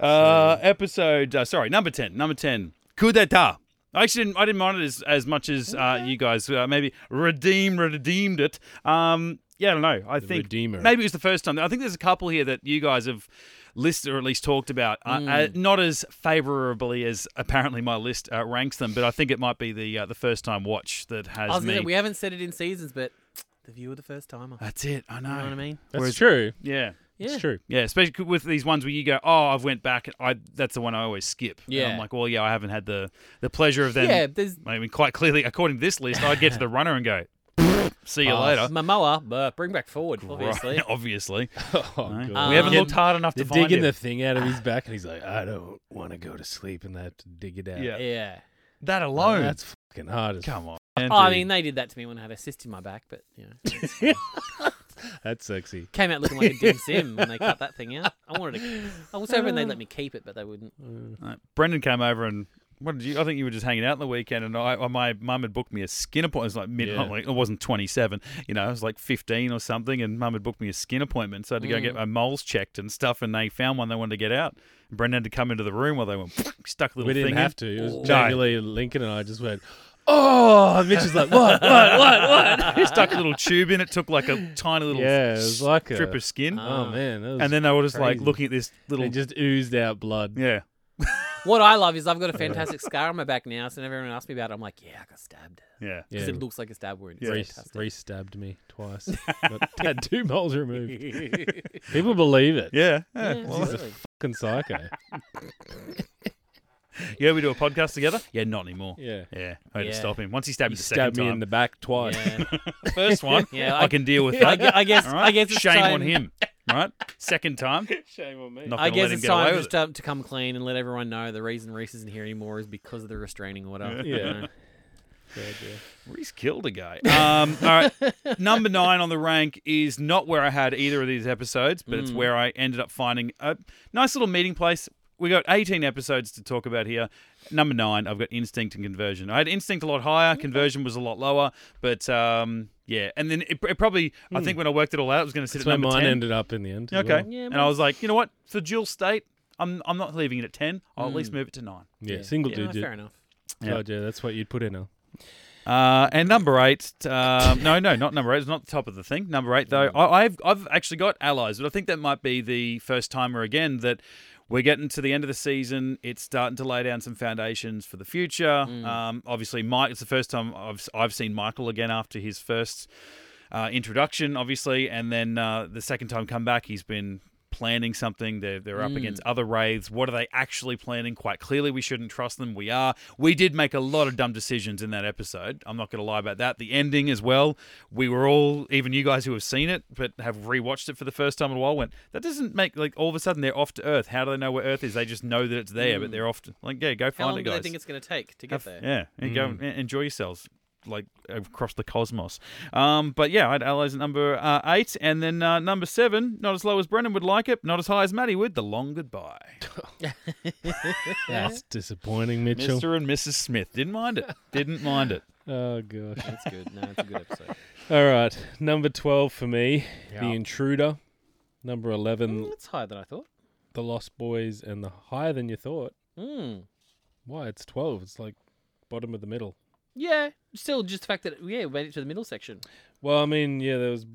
Uh, episode, uh, sorry, number 10. Number 10. Coup d'etat. I actually didn't, I didn't mind it as, as much as uh, you guys uh, maybe redeem redeemed it. Um, yeah, I don't know. I think
Redeemer.
maybe it was the first time. I think there's a couple here that you guys have listed or at least talked about, uh, uh, not as favourably as apparently my list uh, ranks them, but I think it might be the uh, the first time watch that has
I was
me.
gonna, we haven't said it in seasons, but the viewer, the first timer.
That's it. I know.
You know what I mean?
That's
Whereas-
true.
Yeah.
Yeah.
It's true.
Yeah, especially with these ones where you go, oh, I've went back. and I that's the one I always skip. And
Yeah.
I'm like, well, yeah, I haven't had the the pleasure of them.
Yeah, there's
I mean, quite clearly, according to this list, I'd get to the runner and go, see you later.
Momoa, uh, bring back forward, obviously.
Right, obviously.
Oh,
Right.
God.
we haven't
Um,
looked hard enough to
They're
find
digging
him.
the thing out of his back, and he's like, "I don't want to go to sleep," and they have to dig it out.
Yeah.
Yeah.
that alone.
that's fucking hard. As
Come on.
Oh, I mean, they did that to me when I had a cyst in my back, but you know.
that's sexy.
Came out looking like a dim sim when they cut that thing out. I wanted to. I was hoping they'd let me keep it, but they wouldn't.
Right, Uh, Brendan came over and. What did you? I think you were just hanging out on the weekend, and I, my mum had booked me a skin appointment. It was like mid,
Yeah.
I'm like, it wasn't 27, you know, it was like 15 or something. And mum had booked me a skin appointment, so I had to go
Mm.
get my moles checked and stuff. And they found one they wanted to get out. And Brendan had to come into the room while they went stuck a little
We
thing
didn't
in.
have to. It was
No.
Jamie Lee Lincoln and I just went, "Oh!" And Mitch is like, "What? What? What? What?"
He stuck a little tube in. It took like a tiny little
Yeah, it was like a-
strip of skin,
Oh man! That was,
and then they were just like
crazy.
looking at this little.
it just oozed out blood.
yeah,
What I love is I've got a fantastic scar on my back now, so whenever everyone asks me about it, I'm like, yeah, I got stabbed.
yeah,
Yeah,
Because it looks like a stab wound. It's
Reese,
fantastic.
Reese stabbed me twice. Got had two moles removed. People believe it.
yeah, yeah.
Yeah,
Well,
absolutely.
Fucking psycho.
yeah, we do a podcast together. Yeah, not anymore.
Yeah.
Yeah, I had to
Yeah.
stop him. Once he stabbed
You
me the second
stabbed me
time,
in the back twice.
Yeah.
first one,
Yeah,
I,
I-
can deal with
I
that.
gu- I guess.
All right?
I guess. It's
shame
time,
on him. Right, second time,
Shame on me.
not
I
gonna
guess
let him
it's
get away
time
with
just to, to come clean and let everyone know the reason Reese isn't here anymore is because of the restraining order. you
Yeah.
know.
it. Reese killed a guy. Um, all right, number nine on the rank is not where I had either of these episodes, but it's
Mm.
where I ended up finding a nice little meeting place. We got 18 episodes to talk about here. Number nine, I've got instinct and conversion. I had instinct a lot higher, conversion was a lot lower, but um, yeah. And then it, it probably, I
Hmm.
think when I worked it all out, it was going to sit
That's
at
where
number
mine
10.
ended up in the end. as
Okay.
well.
Yeah,
and
mine-
I was like, you know what? For dual state, I'm I'm not leaving it at ten. I'll at least move it to nine.
Yeah, single
yeah, no,
digit.
fair enough.
Yeah.
God, yeah, that's what you'd put in. Al.
Uh, and number eight, um, no, no, not number eight. It's not the top of the thing. Number eight, though, I, I've I've actually got allies, but I think that might be the first timer again that we're getting to the end of the season. It's starting to lay down some foundations for the future. Um, obviously, Mike. It's the first time I've I've seen Michael again after his first uh, introduction, obviously, and then uh, the second time come back, he's been planning something. They're they're
Mm.
up against other wraiths. What are they actually planning? Quite clearly, we shouldn't trust them. We are. We did make a lot of dumb decisions in that episode. I'm not going to lie about that. The ending as well. We were all, even you guys who have seen it but have rewatched it for the first time in a while, went that doesn't make like all of a sudden they're off to Earth. How do they know where Earth is? They just know that it's there, but they're off to like yeah, go
Mm. How
find
long
it,
do
guys.
they think it's going to take to get there?
Yeah, and go
Mm.
en- enjoy yourselves like across the cosmos. Um, but yeah, I had allies at number uh, eight, and then uh, number seven, not as low as Brennan would like it, not as high as Maddie would. The long goodbye,
That's disappointing, Mitchell.
Mister and Mrs. Smith didn't mind it. Didn't mind it.
Oh gosh.
That's good. No, it's a good episode.
All right, number twelve for me,
Yeah.
The Intruder. Number eleven,
Mm, That's higher than I thought.
The Lost Boys, and the higher than you thought.
Mm.
Why? It's twelve. It's like bottom of the middle.
Yeah. Still, just the fact that yeah, we made it to the middle section.
Well, I mean, yeah, there was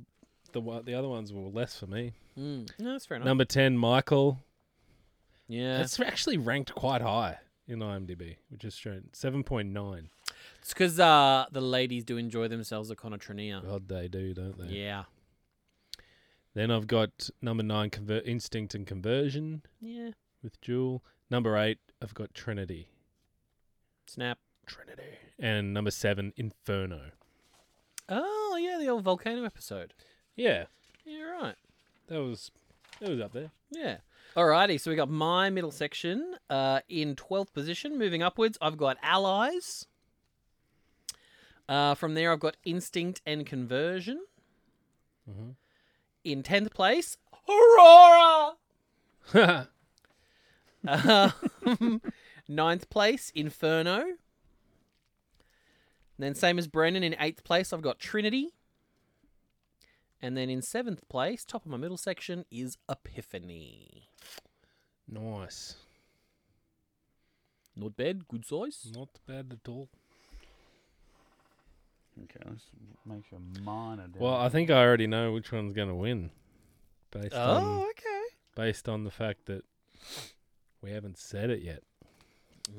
the one- the other ones were less for me.
Mm. No, that's fair enough.
Number ten, Michael.
yeah.
That's actually ranked quite high in IMDb, which is strange. Seven point nine.
It's because uh, the ladies do enjoy themselves at Conotrania.
God, they do, don't they?
Oh, Yeah.
Then I've got number nine, conver- Instinct and Conversion
Yeah.
with Jewel. Number eight, I've got Trinity.
Snap.
Trinity. And number seven, Inferno.
Oh yeah, the old volcano episode.
Yeah,
Yeah, right.
that was that was up there.
Yeah. Alrighty, so we got my middle section uh, in 12th position. Moving upwards, I've got Allies. Uh, from there, I've got Instinct and Conversion. In 10th place, Aurora! Um, ninth place, Inferno. And then same as Brennan, in eighth place, I've got Trinity. And then in seventh place, top of my middle section, is Epiphany.
nice.
Not bad, good size.
Not bad at all.
Okay, let's make sure mine are down.
Well, I think I already know which one's going to win, based on
Oh, okay.
based on the fact that we haven't said it yet.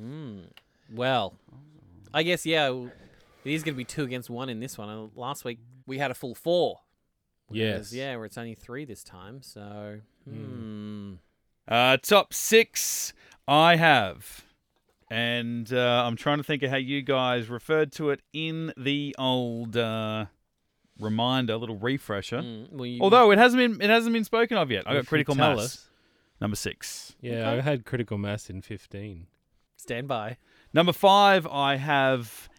Mm. Well, I guess, yeah, w- it is going to be two against one in this one. Uh, Last week, we had a full four.
Yes.
Whereas, Yeah, where it's only three this time, so. Hmm.
Uh, top six, I have. And uh, I'm trying to think of how you guys referred to it in the old uh, reminder, little refresher.
Mm, well, you-
Although it hasn't been it hasn't been spoken of yet. I
If
got
you
critical
tell
mass
us-
number six.
Yeah, I had critical mass in fifteen.
stand by.
Number five, I have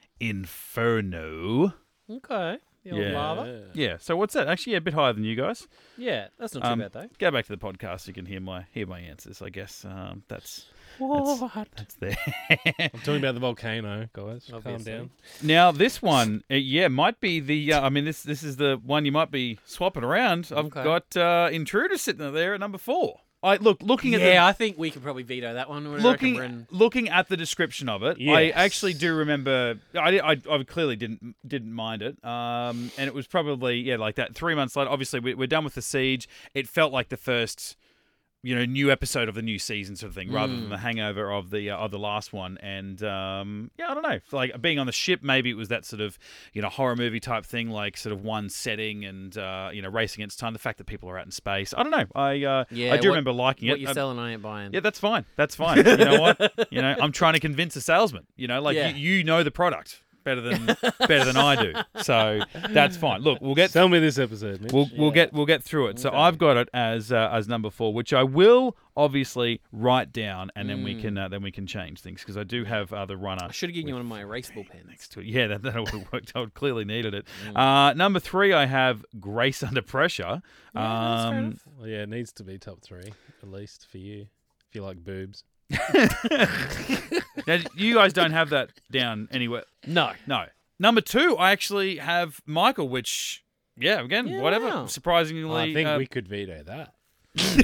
Inferno.
Okay. The old
Yeah.
lava.
Yeah. So what's that? Actually, yeah, a bit higher than you guys.
Yeah, that's not too
Um,
bad though.
Go back to the podcast. You can hear my hear my answers. I guess um, that's that's there.
I'm talking about the volcano, guys. Calm
Obviously.
down.
Now this one, uh, yeah, might be the. Uh, I mean, this this is the one you might be swapping around. I've
Okay.
got uh, Intruder sitting there at number four. I look looking at the,
Yeah, I think we could probably veto that one. What do you reckon,
looking
Bren?
looking at the description of it, I
Yes.
actually do remember. I, I, I clearly didn't didn't mind it. Um, and it was probably yeah like that. Three months later, obviously we, we're done with the siege. It felt like the first. You know, new episode of the new season, sort of thing, rather
Mm.
than the hangover of the uh, of the last one. And um, yeah, I don't know, like being on the ship, maybe it was that sort of you know horror movie type thing, like sort of one setting and uh, you know race against time. The fact that people are out in space, I don't know. I uh,
Yeah,
I do
what-
remember liking
What
it. Um,
you
I-
selling, I ain't buying.
yeah, that's fine. That's fine. You know what? You know, I'm trying to convince a salesman. You know, like
Yeah.
you, you know the product better than better than I do. So that's fine. Look, we'll get
Tell me this episode, Mitch.
we'll, we'll get we'll get through it. So I've got it as uh, as number four, which I will obviously write down, and then we can
Mm.
uh, then we can change things because I do have uh, the runner
I should have given you one of my erasable pens.
next to it. Yeah, that, that would have worked. I would clearly needed it.
Mm.
Uh, number three, I have Grace Under Pressure.
Oh, that's fair
um,
enough.
Well, yeah, it needs to be top three at least for you. If you like boobs,
now, you guys don't have that down anywhere.
No.
No. Number two, I actually have Michael, which, yeah, again,
Yeah,
whatever.
wow.
Surprisingly,
um,
I think
uh,
we could veto that.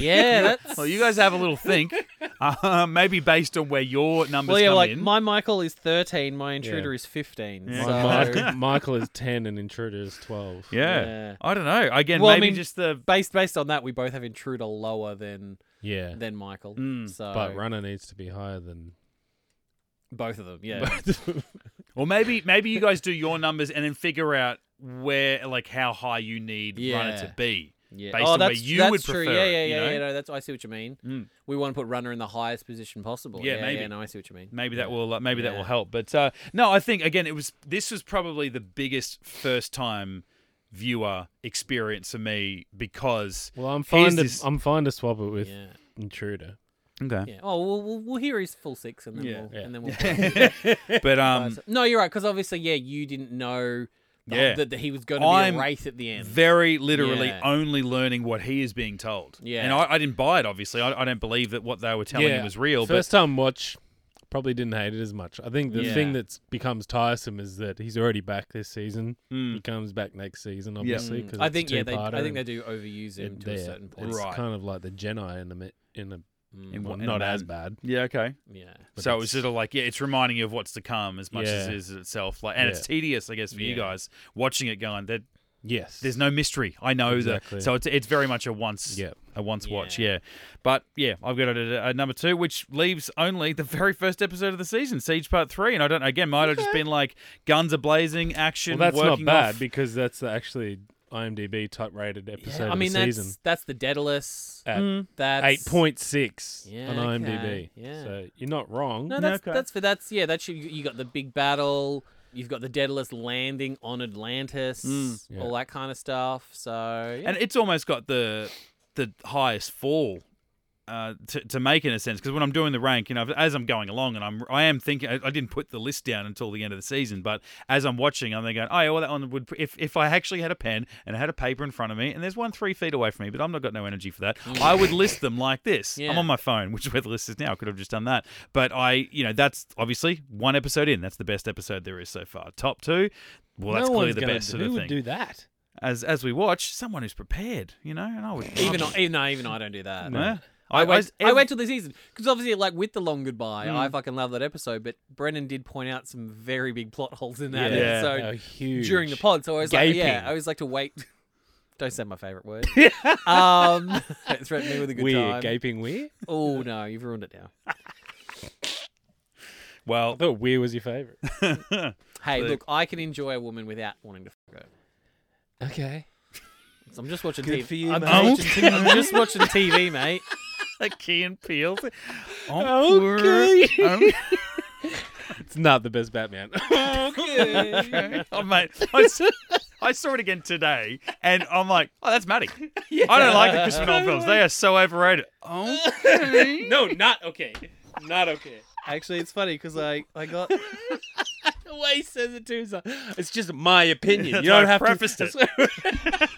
Yeah, that's
well, you guys have a little think. Uh, maybe based on where your numbers
Well, yeah,
come
like
in.
my Michael is 13, my intruder is 15.
Yeah.
so-
My- Michael, Michael is 10 and Intruder is 12.
yeah.
yeah.
I don't know. Again,
Well, I
maybe
mean-
just the
Based based on that, we both have intruder lower than
Yeah.
than Michael.
Mm.
so
But Runner needs to be higher than.
both of them, yeah.
or maybe maybe you guys do your numbers and then figure out where like how high you need runner
Yeah.
to be.
yeah.
based
oh,
on where
that's,
you
that's
would
true.
prefer
yeah,
it,
yeah,
you
yeah,
know?
yeah. No, that's I see what you mean.
Mm.
We want to put runner in the highest position possible.
Yeah,
yeah,
maybe.
Yeah, no, I see what you mean.
Maybe that will uh, maybe that will
Yeah.
help. But uh, no, I think again it was this was probably the biggest first time viewer experience for me because
Well, I'm
Here's
fine. To,
this-
I'm fine to swap it with
Yeah.
Intruder.
okay.
Yeah. Oh, we'll, we'll, we'll hear his full six, and then
Yeah.
we'll
Yeah.
and then we'll.
But um,
Right, so- no, you're right. Because obviously, yeah, you didn't know the-
Yeah.
that, that he was going to be
I'm
a wraith at the end.
very literally
Yeah.
only learning what he is being told.
Yeah.
and I, I didn't buy it. Obviously, I, I don't believe that what they were telling him was real.
First time watch, probably didn't hate it as much. I think the
Yeah.
thing that's becomes tiresome is that he's already back this season.
but mm,
He comes back next season,
Yeah.
obviously.
Mm,
'cause
Hmm. I
it's
think yeah, they, I
two-parter
think they
and
do overuse him
it-
to a
yeah,
certain point.
It's
Right.
kind of like the Jedi in a mi- in a
Mm,
In
well,
what- in a
not as
man.
bad.
yeah, okay.
yeah.
but
so it was
it's-
sort of like yeah, it's reminding you of what's to come as much as
Yeah.
it is itself. Like, and it's tedious, I guess, for you
Yeah.
guys watching it going that
yes.
there's no mystery. I know
Exactly.
that. So it's it's very much a once
Yep.
a once watch.
Yeah.
Yeah, but yeah, I've got it at uh, number two, which leaves only the very first episode of the season, Siege Part Three, and I don't. Again, might have just been like guns are blazing, action.
Well, that's not
working
bad
off-
because that's the actually IMDb top rated episode
I
of
mean,
the
that's
season
that's the Daedalus. Mm,
at
That's
eight point six
Yeah,
on
okay,
IMDb.
yeah.
So you're not wrong.
No, that's
Okay.
that's for that's yeah. That's you, you got the big battle. You've got the Daedalus landing on Atlantis,
Mm.
Yeah.
all that kind of stuff. So yeah.
and it's almost got the the highest fall uh, to to make in a sense because when I'm doing the rank, you know, as I'm going along and I'm I am thinking I, I didn't put the list down until the end of the season, but as I'm watching, I'm then going, oh, yeah, well that one would if if I actually had a pen and I had a paper in front of me and there's one three feet away from me, but I'm not got no energy for that. I would list them like this.
Yeah.
I'm on my phone, which is where the list is now. I could have just done that, but I, you know, that's obviously one episode in. That's the best episode there is so far. Top two. Well, that's clearly the best sort of thing
that?
as as we watch, someone who's prepared, you know, and I would
even I, even, no, even I don't do that.
Yeah.
I, wait. I,
ev-
wait till the season because obviously, like with the long goodbye,
Mm.
I fucking love that episode. But Brennan did point out some very big plot holes in that
Yeah.
episode
Oh, huge.
during the pod. So I was like, yeah,
Gaping.
I always like to wait. Don't say my favorite word. um, it threatened me with a good
weird,
time.
gaping weird.
Oh no, you've ruined it now.
I
well,
thought weird was your favorite.
Hey,
Luke.
look, I can enjoy a woman without wanting to fuck her.
okay.
So I'm just watching
Good
TV.
for you,
I'm,
mate.
just watching t- I'm just watching TV, mate.
a key and peel.
Okay. It's not the best Batman.
Okay.
oh, mate, I, s- I saw it again today, and I'm like, oh, that's Maddie. I don't like the Christopher Nolan films; they are so overrated. Oh,
no, not okay. Not okay.
Actually, it's funny because I I got
The way he says it too is like, it's just my opinion.
That's
You don't
why I
have
prefaced
to.
it.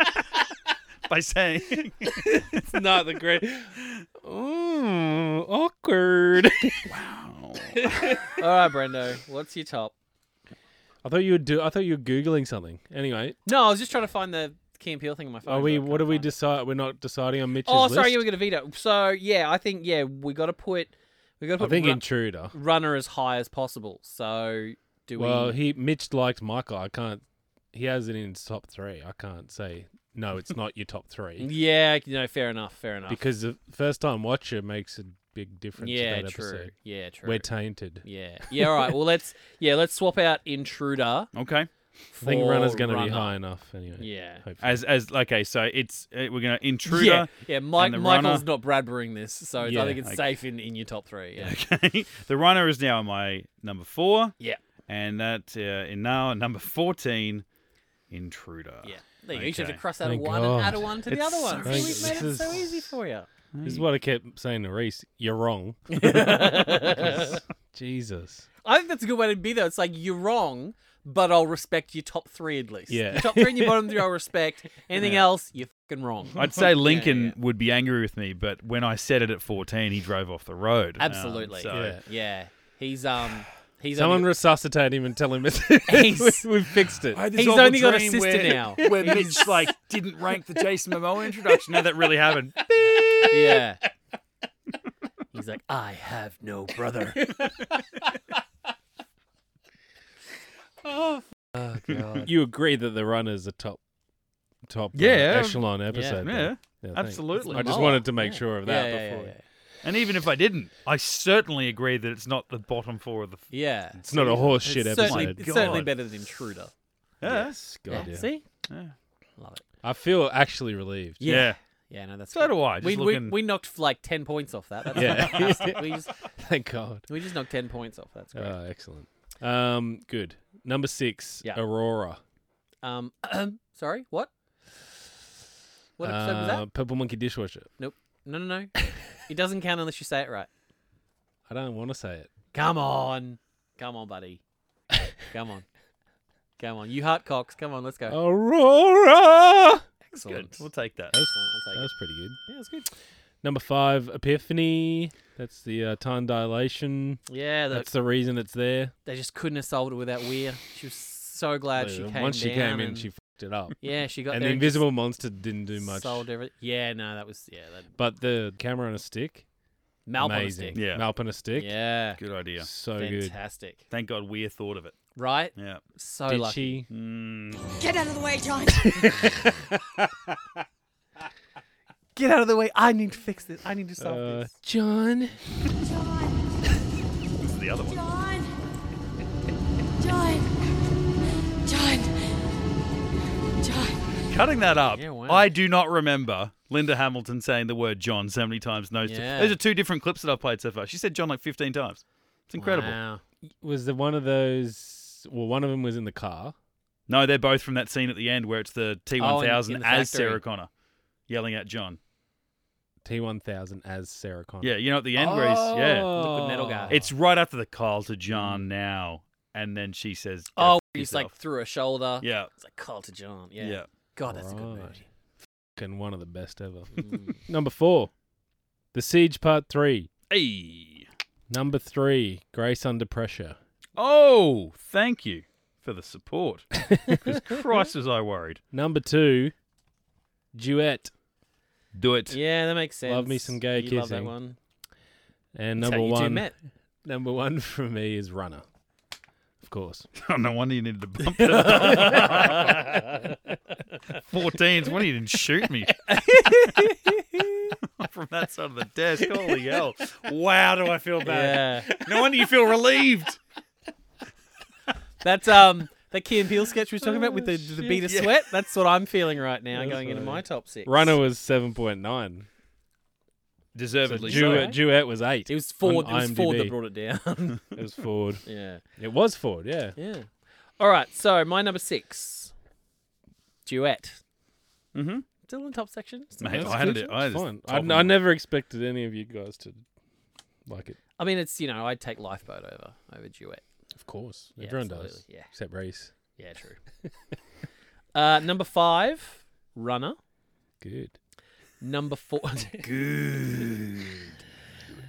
by saying,
it's not the great. Ooh, Mm, awkward.
all right, Brendo. What's your top?
I thought you would do. I thought you were googling something. Anyway,
No, I was just trying to find the Key and Peele thing on my phone.
are
but
we?
I
What do
can't
we
find it.
decide? We're not deciding on Mitch's
Oh,
list.
sorry, you were going to veto. So yeah, I think yeah we got to put we got to
I
put
think
Ru-
intruder.
runner as high as possible. So do
Well,
we?
he Mitch liked Michael. I can't. He has it in his top three. I can't say no. It's not your top three
Yeah, you know, fair enough, fair enough.
because the first time watcher makes a big difference. to
yeah,
that
true.
episode.
Yeah, true.
We're tainted.
yeah, yeah. All right. Well, let's yeah let's swap out intruder.
okay,
I think runner's
going to
be high enough anyway.
Yeah.
Hopefully.
as as okay, so it's uh, we're gonna intruder.
Yeah, yeah. Mike,
and the
Michael's
runner.
not Bradburying this, so
Yeah,
I think it's
okay.
safe in, in your top three. Yeah.
Okay, the runner is now my number four.
Yeah.
and that uh, in now at number fourteen, intruder.
Yeah. There you, go. you should have
Okay.
to cross out
Thank
of one and
God.
add a one to the
It's
other
so
one. See,
easy.
we've made it
This
so
is-
easy for you.
This
Mm.
is what I kept saying to Reese. You're wrong. Jesus.
I think that's a good way to be though. It's like you're wrong, but I'll respect your top three at least.
Yeah.
Your top three and your bottom three I'll respect. Anything else, you're fucking wrong.
I'd say Lincoln would be angry with me, but when I said it at 14, he drove off the road. Um,
Absolutely.
so-
Yeah.
Yeah. He's um he's
Someone
only,
resuscitate him and tell him it's,
He's-
we, have fixed it.
this He's awful only got a dream sister where- now.
Where Mitch like didn't rank the Jason Momoa introduction. No, that really happened.
Yeah. He's He's like, I have no brother. oh, f- oh, God.
You agree that the runners are top, top uh,
Yeah.
echelon episode. then?
Yeah,
yeah thanks.
absolutely.
I just
Moa.
wanted to make
Yeah.
sure of that
Yeah, yeah,
before.
yeah, yeah.
And even if I didn't, I certainly agree that it's not the bottom four of the. F-
Yeah.
It's not a horse shit
it's
episode.
certainly,
episode.
it's certainly
God.
better than Intruder.
yeah.
Yes, God, yeah.
See?
yeah.
Love it.
I feel actually relieved.
Yeah.
Yeah, no, that's
So
good.
do I. Just
we, we,
looking.
we knocked like 10 points off that. That's
Yeah.
fantastic. we, just,
Thank God.
we just knocked 10 points off. That's great.
Oh, excellent. Um, good. Number six,
Yeah.
Aurora.
um, sorry, what? What episode was
Uh,
that?
Purple Monkey Dishwasher.
No, no, no. it doesn't count unless you say it right.
I don't want to say it.
Come on. Come on, buddy. Come on. Come on. You heart cocks. Come on, let's go.
Oh, Aurora.
Excellent.
Good. We'll take that.
Excellent. I'll
That
take it.
was pretty good.
Yeah, that's good.
Number five, Epiphany. That's the uh, time dilation.
Yeah, the,
That's the reason it's there.
they just couldn't have solved it without Weir. She was so glad she
Uh,
came
Once she
down
came in,
and-
she fucked it up.
yeah, she got
and
there
the
and just
invisible monster didn't do much.
Sold everything. Yeah, no, that was yeah. That
But the camera on a stick,
Malp on a
amazing.
stick.
Yeah.
Malp on a stick,
Yeah,
Good idea.
so good.
fantastic.
Thank God Weir thought of it.
Right?
Yeah.
So
Did
lucky.
she?
Mm.
Get out of the way, John.
Get out of the way. I need to fix this. I need to solve
Uh,
this.
John.
John,
This is the other one.
John, John, John, John.
Cutting that up,
Yeah, wow.
I do not remember Linda Hamilton saying the word John so many times. No,
Yeah.
those are two different clips that I've played so far. She said John like 15 times. It's incredible.
Wow.
was the one of those. Well, one of them was in the car.
No, they're both from that scene at the end where it's the
Oh, in- in
T1000
the
as
factory.
Sarah Connor yelling at John.
T1000 as Sarah Connor. Oh.
Yeah, you know at the end where he's yeah.
Liquid metal guy.
It's right after the call to John now, and then she says, "Go
Mm. Oh,
f-
he's like
yourself."
through her shoulder.
yeah,
It's like Carl to John.
yeah,
Yeah. God, that's a good movie.
Fucking one of the best ever.
Mm.
Number four, The Siege Part Three.
Hey,
Number three, Grace Under Pressure.
oh, thank you for the support. Because Christ, was I worried.
Number two, Duet.
Do it.
yeah, that makes sense.
Love me some gay
you Love that
kissing.
one.
And
That's
number
how you two
one,
met.
number one for me is Runner. Of course.
no wonder you needed to bump it up. 14s. Why you didn't shoot me? From that side of the desk. Holy hell. Wow, do I feel bad.
Yeah.
No wonder you feel relieved.
That's um that Key and Peele sketch we was talking about with the the bead of
Yeah.
sweat. That's what I'm feeling right now
Oh, That's
going into
funny.
my top six.
Runner was seven point nine. So
Deservedly so.
Duet, Duet was eight.
It was Ford.
On
It was Ford that
IMDb.
brought it down.
It was Ford.
yeah.
It was Ford, yeah.
Yeah. All right. So my number six, duet.
Mm-hmm.
Mhm.
Still in top section. Still in
Mate,
top
I had
section.
it. I had
It's
it
fine.
top
I,
of
I
my-
never expected any of you guys to like it.
I mean, it's you know I take lifeboat over over duet.
Of course.
Yeah,
Everyone does.
absolutely. Yeah.
Except Race.
Yeah. True. uh, number five, runner.
Good.
Number four. Good.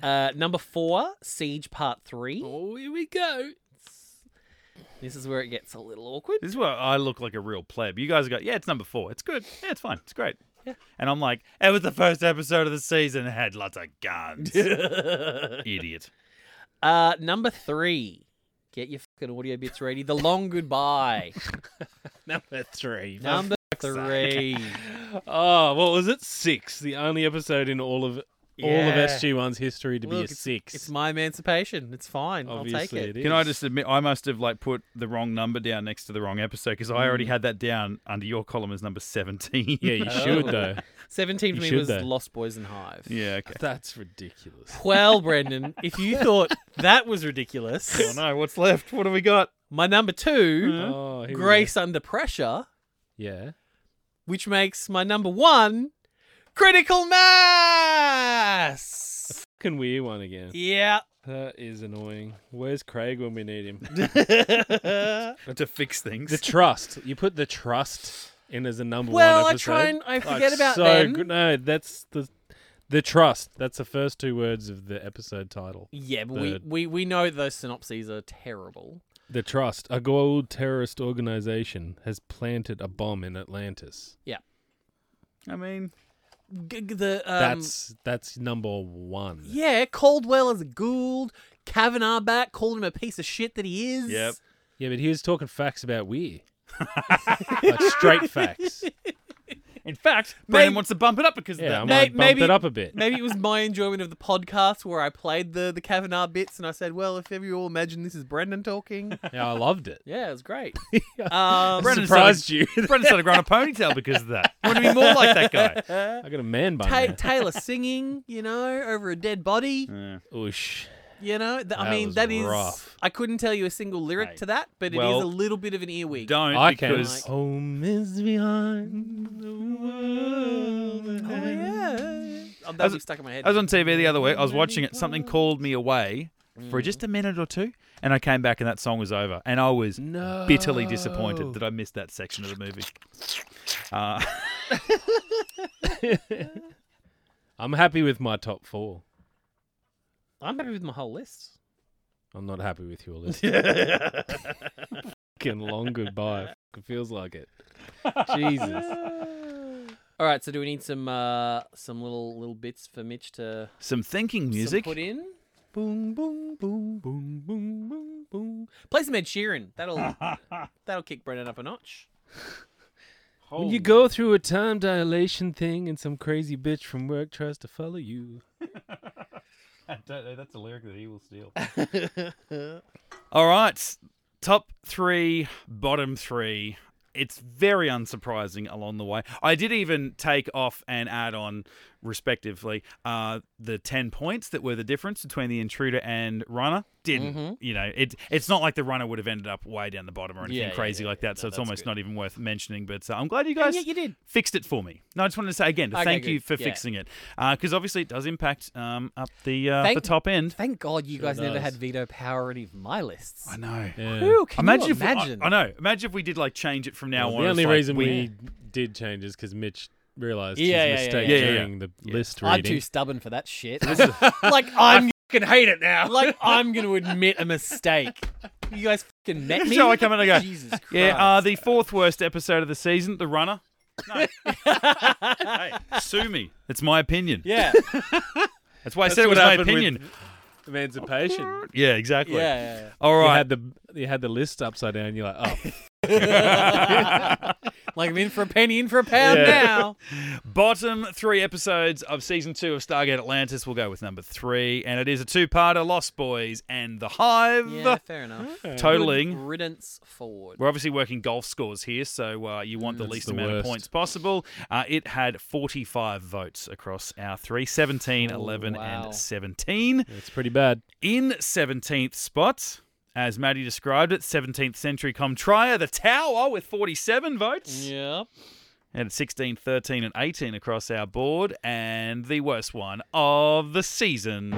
Uh, number four, Siege Part Three.
Oh, here we go.
This is where it gets a little awkward.
This is where I look like a real pleb. You guys go, yeah, it's number four. It's good. Yeah, it's fine. It's great. And I'm like, it was the first episode of the season. It had lots of guns. Idiot.
Uh, number three, get your fucking audio bits ready. The Long Goodbye.
Number three.
number three.
Oh, what was it? Six. The only episode in all of all
Yeah.
of SG One's history to
Look,
be a six.
It's my emancipation. It's fine. I'll take
Obviously,
it.
it is.
Can I just admit, I must have like put the wrong number down next to the wrong episode because I already had that down under your column as number 17.
Yeah, you should though.
17 for
You
me
should,
was
though.
Lost Boys and Hive.
yeah, okay.
That's ridiculous.
Well, Brendan, if you thought that was ridiculous,
Oh no, what's left? What have we got?
my number 2
Oh, here we go.
Grace Under Pressure,
Yeah.
which makes my number one, Critical Mass.
Can we one again?
Yeah.
That is annoying. Where's Craig when we need him?
To fix things.
the trust. You put the trust in as a number
Well,
one
I
episode.
try and I
Like,
forget about
so
them.
good- No, that's the the trust. That's the first two words of the episode title.
Yeah, but we,
The-
we, we know those synopses are terrible.
The Trust, a gold terrorist organization, has planted a bomb in Atlantis.
I mean,
G- g- the um,
that's that's number one.
yeah, Caldwell is a Gould. Kavanaugh back called him a piece of shit that he is.
Yep.
Yeah, but he was talking facts about we. like straight facts.
In fact, Brandon
Maybe-
wants to bump it up because
Yeah, I
of
might
that.
May-
bump
maybe-
it up a bit.
Maybe it was my enjoyment of the podcast where I played the the Kavanaugh bits and I said, "Well, if ever you all imagine this is Brendan talking,
Yeah, I loved it.
yeah, it was great." um,
Brendan
Surprised
started, you. Brendan started growing a ponytail because of that. Want to be more like that guy?
I got a man bun.
Ta-
now.
Taylor singing, you know, over a dead body,
Oosh.
you know. Th- I
That
mean,
was
that is.
rough.
I couldn't tell you a single lyric
Mate.
to that, but it
Well,
is a little bit of an earwig.
Don't
I can.
because
Home is behind the world.
Oh yeah, oh,
I was-
that'll be stuck in my head.
I was on TV the other week. I was watching it. Something called me away for just a minute or two, and I came back and that song was over, and I was
No.
bitterly disappointed that I missed that section of the movie. Uh,
I'm happy with my top four.
I'm happy with my whole list.
I'm not happy with your list. Fucking long goodbye. It feels like it. Jesus.
All right, so do we need some uh, some little little bits for Mitch to
some thinking
some
music.
put in?
boom, boom, boom, boom, boom, boom, boom.
Play some Ed Sheeran. That'll that'll kick Brendan up a notch.
When you go through a time dilation thing and some crazy bitch from work tries to follow you.
That's a lyric that he will steal. All right, top three, bottom three. It's very unsurprising along the way. I did even take off and add on, respectively, uh, the ten points that were the difference between the intruder and runner. Didn't
Mm-hmm.
you know? It it's not like the runner would have ended up way down the bottom or anything
Yeah, yeah,
crazy
yeah,
like
yeah.
that. So
No,
it's
that's
almost
good.
not even worth mentioning. But uh, I'm glad you guys
yeah, you did.
fixed it for me. No, I just wanted to say again to
Okay,
thank
good.
you for
Yeah.
fixing it because obviously it does impact um, up the uh,
Thank-
the top end.
Thank God you guys never
does.
had veto power on any of my lists.
I know.
Yeah.
Whew, can
imagine
you
if I-
imagine?
I, know. Imagine if we did like change it from now
Well,
on.
the
It's
only
like,
reason we did change is because Mitch realized
Yeah, yeah, yeah,
his mistake
yeah, yeah.
during the list
I'm
reading.
too stubborn for that shit. like I'm
can hate it now.
like I'm gonna admit a mistake. You guys fucking met me.
So I come in and I go,
Jesus Christ.
Yeah, uh, the fourth worst episode of the season, The Runner. No. hey, sue me. It's my opinion.
yeah,
That's why I
That's
said it was
what
my
happened with-
opinion.
Emancipation.
Yeah, exactly.
yeah,
All
You
right.
had the you had the list upside down. You're like, oh,
yeah. Like I'm in for a penny, in for a pound
Yeah.
now.
Bottom three episodes of season two of Stargate Atlantis. We'll go with number three, and it is a two-parter: Lost Boys and The Hive.
Yeah, fair enough.
Totaling.
Good riddance forward.
We're obviously working golf scores here, so uh, you want the least
the
amount of
worst.
points possible. Uh, it had 45 votes across our three 17, 11,
wow.
and 17.
it's pretty bad.
In 17th spot, as Maddie described it, 17th century Comtria, the Tower with 47 votes.
Yeah.
And it's 16, 13, and 18 across our board. And the worst one of the season.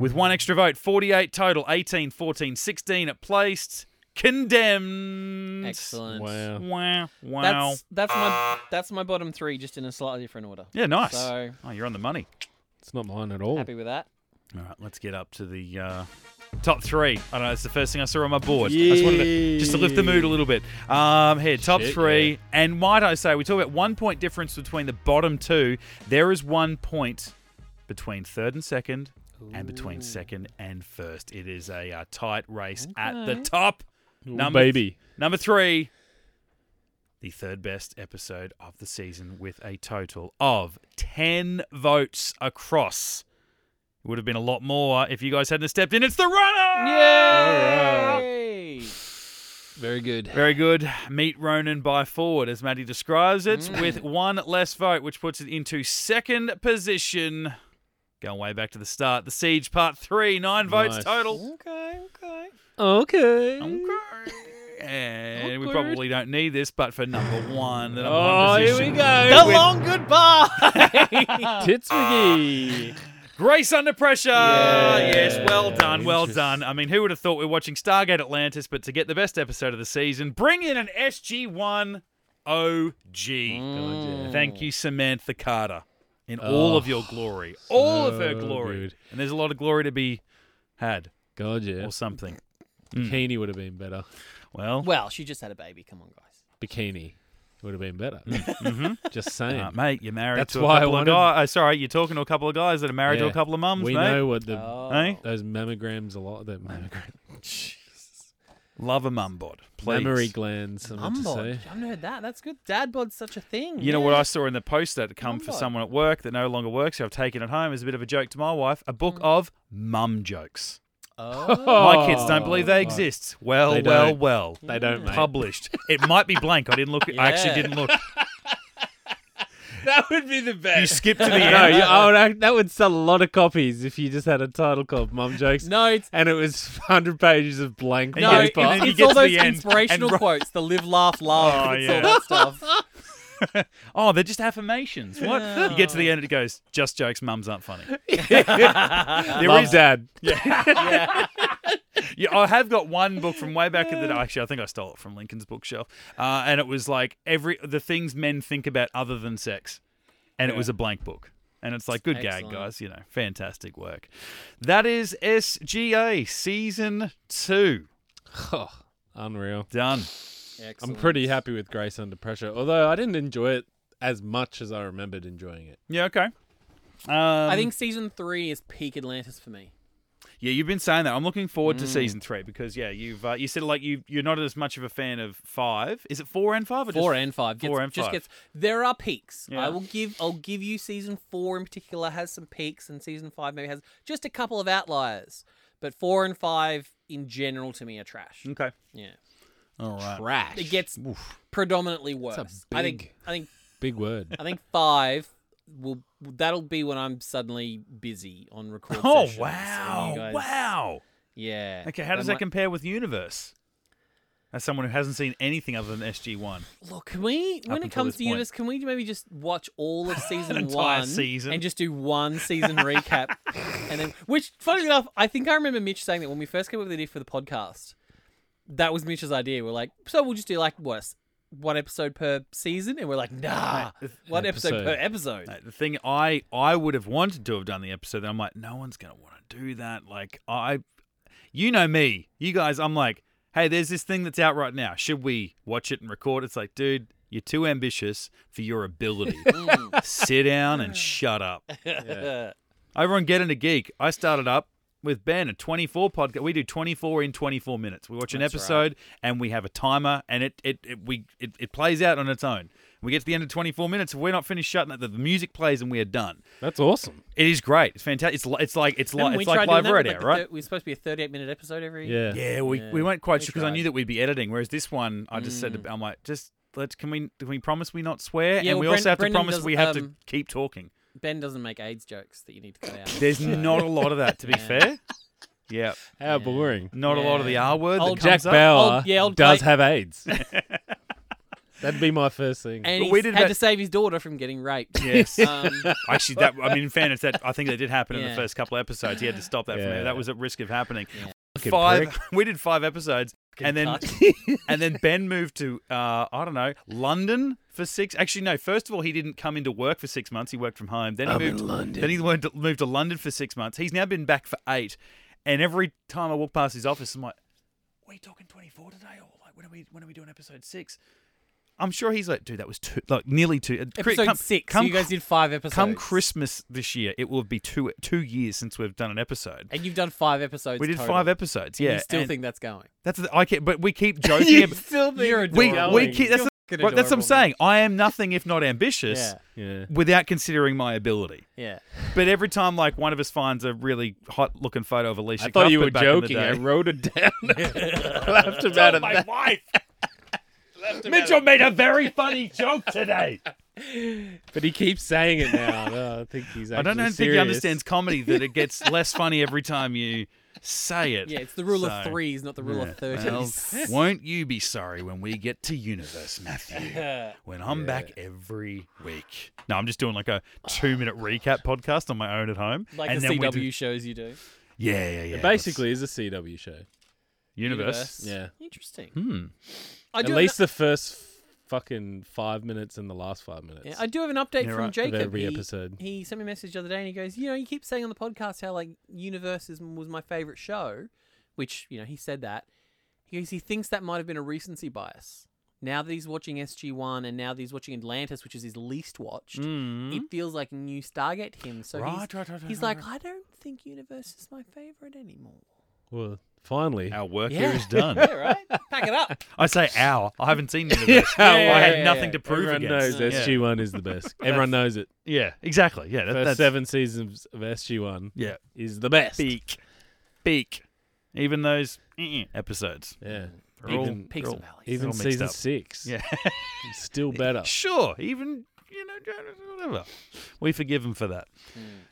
With one extra vote, 48 total, 18, 14, 16. It placed condemned.
Excellent.
Wow.
Wow. Wow.
That's that's my that's my bottom three, just in a slightly different order.
yeah, nice.
So
Oh, you're on the money.
It's not mine at all.
happy with that.
All right, let's get up to the uh, top three. I don't know it's the first thing I saw on my board. I just wanted to, just to lift the mood a little bit. Um, here, top
Shit,
three,
yeah.
and might I say, we talk about one point difference between the bottom two. There is one point between third and second, and between second and first. It is a uh, tight race at the top.
Ooh,
Number-
baby.
Number three, the third best episode of the season with a total of 10 votes across. It would have been a lot more if you guys hadn't stepped in. It's the runner!
Yay! Very good.
Very good. Meet Ronan by Ford, as Maddie describes it,
Mm.
with one less vote, which puts it into second position. Going way back to the start. The Siege Part 3, nine votes
Nice.
total.
Okay, okay.
Okay.
And we
Awkward.
probably don't need this, but for number one, the number one
Oh, here
position.
we
The
go.
long goodbye.
Tits McGee.
Grace under pressure. Yes, well done, well
Interest-
done. I mean, who would have thought we are watching Stargate Atlantis? But to get the best episode of the season, bring in an SG One OG.
Mm.
Thank you, Samantha Carter, in all of your glory, all of her
Oh, so
glory.
good.
And there's a lot of glory to be had,
God, yeah.
or something.
Bikini would have been better.
Well,
well, she just had a baby. Come on, guys.
Bikini. would have been better. Just saying.
Uh, mate, you're married
That's
to a
why I
couple of
wanted-
guys. Oh, sorry, you're talking to a couple of guys that are married to
Yeah.
a couple of mums,
we
mate.
know what the
Oh.
Hey?
those mammograms a lot. The mammogram,
Love a mum bod, please.
mammary glands. I meant to
Umbod. I
say.
haven't heard that. That's good. Dad bod's such a thing.
You know what I saw in the post that had come for
Mum bod.
someone at work that no longer works, who I've taken it home as a bit of a joke to my wife. A book of mum jokes.
Oh.
my kids don't believe they
right.
exist. Well,
They
well,
don't.
well.
They don't, mate.
Published. it might be blank. I didn't look. I actually
Yeah.
didn't look.
That would be the best.
You skipped to the
no,
end.
you, I would, act- that would sell a lot of copies if you just had a title called "Mum Jokes."
No, it's
and it was hundred pages of blank
And
no,
you
it's,
get- and then you
it's
get
all
to
those
the end and
inspirational
ro-
quotes, the live, laugh, love,
Oh,
it's
yeah.
all that stuff.
Oh, they're just affirmations. What? You get to the end, it goes, just jokes, mums aren't funny. There
Mum,
is-
Dad.
yeah, I have got one book from way back in the day. Actually, I think I stole it from Lincoln's bookshelf, uh, and it was like every the things men think about other than sex, and it was a blank book. And it's like, good
Excellent.
gag, guys. You know, fantastic work. That is SGA season two
Oh, unreal.
done.
Excellent.
I'm pretty happy with Grace Under Pressure, although I didn't enjoy it as much as I remembered enjoying it.
Yeah, okay. Um,
I think season three is peak Atlantis for me.
yeah, you've been saying that. I'm looking forward
Mm.
to season three because yeah, you've uh, you said like you you're not as much of a fan of five. Is it four and five? Or
Four
just,
and five. Gets,
four and
Just
five.
gets. There are peaks.
Yeah.
I will give. I'll give you season four in particular has some peaks, and season five maybe has just a couple of outliers. But four and five in general to me are trash.
Okay.
Yeah,
All right.
Trash.
it gets predominantly worse. I think.
big-
I think.
Big word.
I think five will. That'll be when I'm suddenly busy on record.
Oh
sessions, and you
wow!
guys-
Wow.
Yeah.
Okay, how does that
That might-
compare with Universe? As someone who hasn't seen anything other than SG One,
Look, can we, when
until
it comes
this
to
point.
Universe, can we maybe just watch all of season
entire
one
season.
and just do one season recap? And then, which, funny enough, I think I remember Mitch saying that when we first came up with the idea for the podcast, that was Mitch's idea. We're like, so we'll just do like, what, s- one episode per season? And we're like, nah, one episode,
Episode.
per episode.
the thing I I would have wanted to have done the episode, and I'm like, no one's gonna want to do that. Like I, you know me, you guys, I'm like, hey, there's this thing that's out right now. Should we watch it and record? It's like, dude, you're too ambitious for your ability. Sit down and shut up. Over on Get in a Geek, I started up with Ben a 24 podcast. We do 24 in 24 minutes. We watch an episode and we have a timer and it it, it we it, it plays out on its own. We get to the end of 24 minutes. If we're not finished shutting it, the, the music plays and we are done.
That's awesome.
It is great. It's fantastic. It's, li- it's like it's
Haven't
like
we
it's
tried
like
doing
live
that with,
radio,
like, the
right?
thir- we're supposed to be a 38 minute episode every.
Yeah.
Yeah, we,
Yeah.
we weren't quite sure because I
tried. Mm.
knew that we'd be editing. Whereas this one, I just said, to, I'm like, just let's can we can we promise we not swear?
Yeah,
and we
well,
also
Bren-
have to
Brendan
promise
does-
we have to
um,
keep talking.
Ben doesn't make AIDS jokes that you need to cut out.
There's not a lot of that, to be
Yeah.
fair. Yeah,
How boring.
not a lot of the
Yeah.
R word.
Old
that
Jack
comes up.
Bauer
Old- yeah, old
does
Clay-
have AIDS. That'd be my first thing.
And
But
he
we
had
did that-
to save his daughter from getting raped.
Yes.
Um,
Uh, Actually, that I mean, in fairness, that I think that did happen in the
Yeah.
first couple of episodes. He had to stop that from
Yeah.
That was at risk of happening.
Fucking
Five.
prick.
We did five episodes, and then and then Ben moved to uh, I don't know London for six. Actually, no. First of all, he didn't come into work for six months. He worked from home. Then he moved.
London.
Then he learned to, moved to London for six months. He's now been back for eight. And every time I walk past his office, I'm like, "We talking 24 today, or like when are we when are we doing episode six? I'm sure he's like, "Dude, that was two, like nearly two. uh, cri-
episode
come-
six.
come
you guys did five episodes.
Come Christmas this year, it will be two two years since we've done an episode.
And you've done five episodes.
we did
total.
five episodes,
And
yeah.
You still
and
think that's going?
that's the, I can but we keep joking. about,
still think you're
we
adorable.
we keep that's, the,
Fucking
right, that's what I'm
adorable.
saying. I am nothing if not ambitious,
Yeah,
Yeah.
without considering my ability.
yeah.
But every time, like one of us finds a really hot looking photo of Alicia,
I thought you
Cuthbert
were
back in the
joking. I
day-
wrote it down. I laughed about it. that-
wife. Mitchell made a very funny joke today.
But he keeps saying it now. No, I think he's actually
I don't know,
serious.
think he understands comedy that it gets less funny every time you say it.
Yeah, it's the rule of
So-
threes, not the rule of
Well,
thirties.
won't you be sorry when we get to Universe, Matthew? When I'm back every week. No, I'm just doing like a two minute recap podcast on my own at home.
like
and
the
then we
CW
do-
shows you do.
yeah, yeah, yeah.
Basically, is a CW show.
that's Universe.
Yeah.
Interesting.
Hmm.
I
At
do
least
have
the first fucking five minutes and the last five minutes.
an, yeah, I do have an update
Yeah,
from
right. Of
Jacob.
every
he,
episode.
He sent me a message the other day and he goes, You know, you keep saying on the podcast how like Universe is, was my favorite show, which, you know, he said that. He goes, He thinks that might have been a recency bias. Now that he's watching SG One, and now that he's watching Atlantis, which is his least watched, it feels like a new Stargate to him. So
Mm-hmm. Right,
he's,
right, right, right,
he's
right,
like, I don't think Universe is my favorite anymore.
Well, finally.
Our work
Yeah.
here is done.
Yeah, right. Pack it up.
I say our. I haven't seen any of this.
Yeah,
I
yeah,
have
yeah,
nothing
yeah.
to prove
Everyone
against.
knows
yeah.
SG1 is the best. Everyone knows it.
Yeah, exactly. Yeah, that,
First
that's
seven seasons of SG1
Yeah,
is the best.
beak, beak. Even those eh, eh, episodes.
Yeah.
They're all-
Even-
Peaks
they're
and
all-
valleys.
they're
Even
all mixed
season
up.
six.
Yeah.
Still better.
Sure, even you know whatever. We forgive him for that.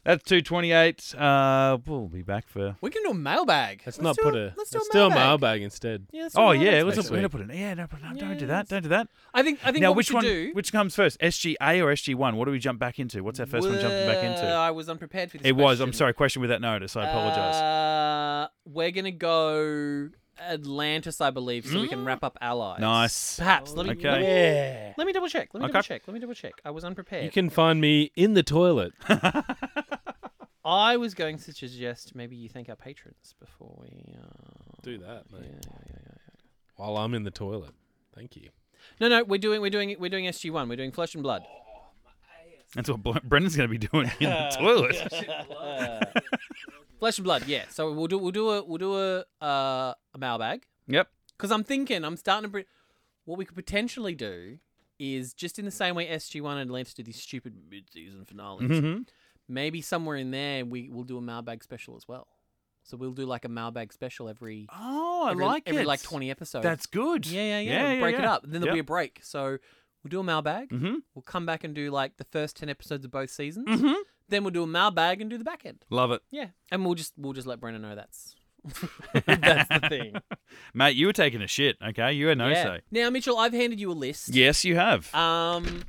That's two twenty eight. Uh, we'll be back for.
We can do a mailbag.
Let's,
do
not put
a,
a.
Let's do a
still
mailbag.
mailbag instead.
Yeah, let's do a
Oh
mailbag.
yeah, let's
next
we're gonna
week.
put it. Yeah, no, but no, don't do
Yeah,
that. Don't do that.
I think. I think.
Now,
what
which
we
one?
should Do,
Which comes first, SGA or SG one? What do we jump back into? What's our first one jumping back
Well,
into?
I was unprepared for this.
It was. I'm
Uh, question.
sorry. Question without notice. I apologize.
Uh, we're gonna go Atlantis, I believe, so we can wrap up allies.
Nice.
Perhaps. Let me.
Okay.
Let me,
Yeah.
let me double check. Let me
Okay.
double check. Let me double check. I was unprepared.
You can find me in the toilet.
I was going to suggest maybe you thank our patrons before we. Uh...
do that, mate. While I'm in the toilet. Thank you.
No, no, we're doing, we're doing, we're doing SG One. We're doing Flesh and Blood.
That's what Bl- Brendan's going to be doing in the toilet.
Flesh and Blood. Yeah. So we'll do, we'll do a, we'll do a, uh, a mailbag.
yep.
Because I'm thinking, I'm starting to. Pre- what we could potentially do is just in the same way SG1 and Atlantis do these stupid mid-season finales.
Mm-hmm.
Maybe somewhere in there we will do a mailbag special as well. So we'll do like a mailbag special every.
Oh, I
every,
like
every
it.
like 20 episodes.
That's good.
Yeah, yeah, yeah. We'll break it
yeah.
up. Then there'll be a
Yep.
break. So we'll do a mailbag.
Mhm.
We'll come back and do like the first 10 episodes of both seasons.
Mm-hmm.
Then we'll do a mailbag and do the back end.
Love it,
Yeah, and we'll just we'll just let Brennan know that's that's the thing.
mate. You were taking a shit. Okay, you had no say.
Now, Mitchell, I've handed you a list.
Yes, you have.
Um,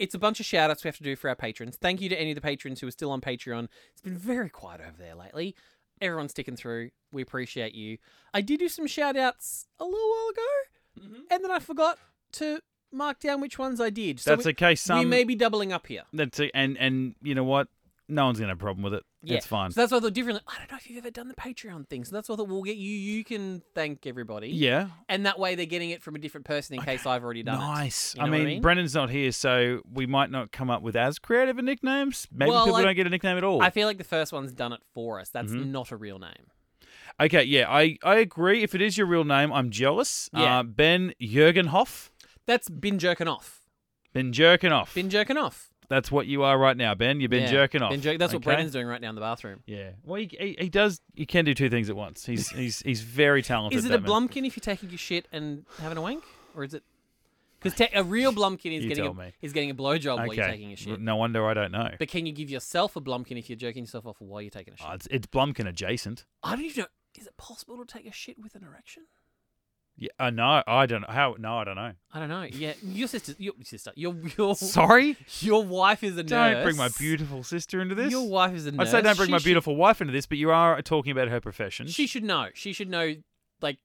it's a bunch of shout outs we have to do for our patrons. Thank you to any of the patrons who are still on Patreon. It's been very quiet over there lately. Everyone's sticking through. We appreciate you. I did do some shout outs a little while ago,
Mm-hmm.
and then I forgot to mark down which ones I did. So
That's
we,
okay.
we
Some
may be doubling up here.
That's a, and and you know what? No one's gonna have a problem with it.
Yeah.
It's fine.
So that's why I thought differently. I don't know if you've ever done the Patreon thing. So that's why I thought we'll get you. You can thank everybody.
yeah.
And that way they're getting it from a different person in case I've already done it.
Nice.
You
I,
know what
mean,
I mean?
Brendan's not here, so we might not come up with as creative of nicknames. Maybe
Well,
people
I-
don't get a nickname at all.
I feel like the first one's done it for us. That's
Mm-hmm.
not a real name.
okay, yeah, I, I agree. If it is your real name, I'm jealous.
Yeah.
Uh, ben Jurgenhoff.
That's been jerking off.
Ben Jerkinoff.
Been jerking off.
That's what you are right now, Ben. You've been
Yeah.
jerking off.
Been jerk- that's what
okay?
Brendan's doing right now in the bathroom.
Yeah. Well, he, he, he does. He can do two things at once. He's he's he's very talented.
Is it
that
a
man.
Blumkin if you're taking your shit and having a wank, or is it? Because te- a real Blumkin is
You
getting
tell
a,
me.
is getting a blowjob
Okay.
while you're taking a shit.
No wonder I don't know.
But can you give yourself a Blumkin if you're jerking yourself off while you're taking a shit?
Oh, it's, it's Blumkin adjacent.
I don't even know. Is it possible to take a shit with an erection?
Yeah. Uh, no, I don't know. How? No, I don't know.
I don't know. Yeah, your sister, your sister, your your
Sorry.
your wife is a nurse.
Don't bring my beautiful sister into this.
Your wife is a
I
nurse.
say don't bring
She
my
should-
beautiful wife into this, but you are talking about her profession.
She should know. She should know. Like,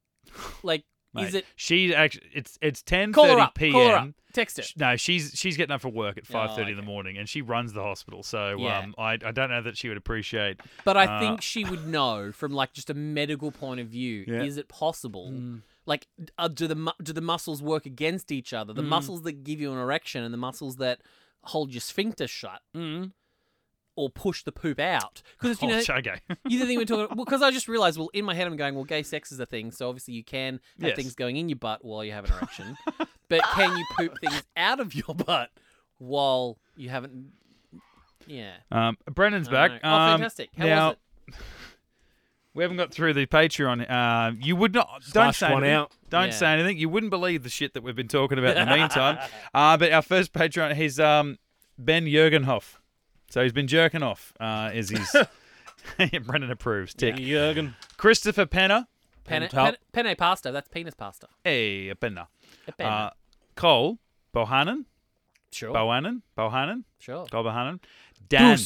like,
Mate,
is it?
She's actually. It's it's ten
Call her
thirty
up.
p.m.
Call her up. Text her.
Sh- No, she's she's getting up for work at five thirty in the
Oh, okay.
morning, and she runs the hospital. So
Yeah.
um, I I don't know that she would appreciate.
But
Uh,
I think she would know from like just a medical point of view.
Yeah.
Is it possible? Like, d- uh, do the mu- do the muscles work against each other? The muscles that give you an erection and the muscles that hold your sphincter shut, Mm. or push the poop out? Because you
oh,
know,
okay.
you the thing we're talking. Because I just realized. Well, in my head, I'm going. Well, gay sex is a thing, so obviously you can have
Yes.
things going in your butt while you have an erection. but can you poop things out of your butt while you haven't? Yeah.
um, Brendan's
I
back.
don't know.
Um,
oh, fantastic! How
now,
was it?
We haven't got through the Patreon. Uh, you would not.
Slashed
don't say
one
anything.
out.
Don't
Yeah.
say anything. You wouldn't believe the shit that we've been talking about in the meantime. Uh, but our first Patreon, he's um, Ben Jurgenhoff. So he's been jerking off. Uh, is his Brendan approves? Tick.
Jurgen.
Christopher Penner.
Penne,
top.
penne, penne pasta. That's penis pasta.
Hey, a Penner.
A penne.
Uh, Cole Bohannon.
sure.
Bohannon. Bohannon.
sure.
Cole Bohannon. Dan.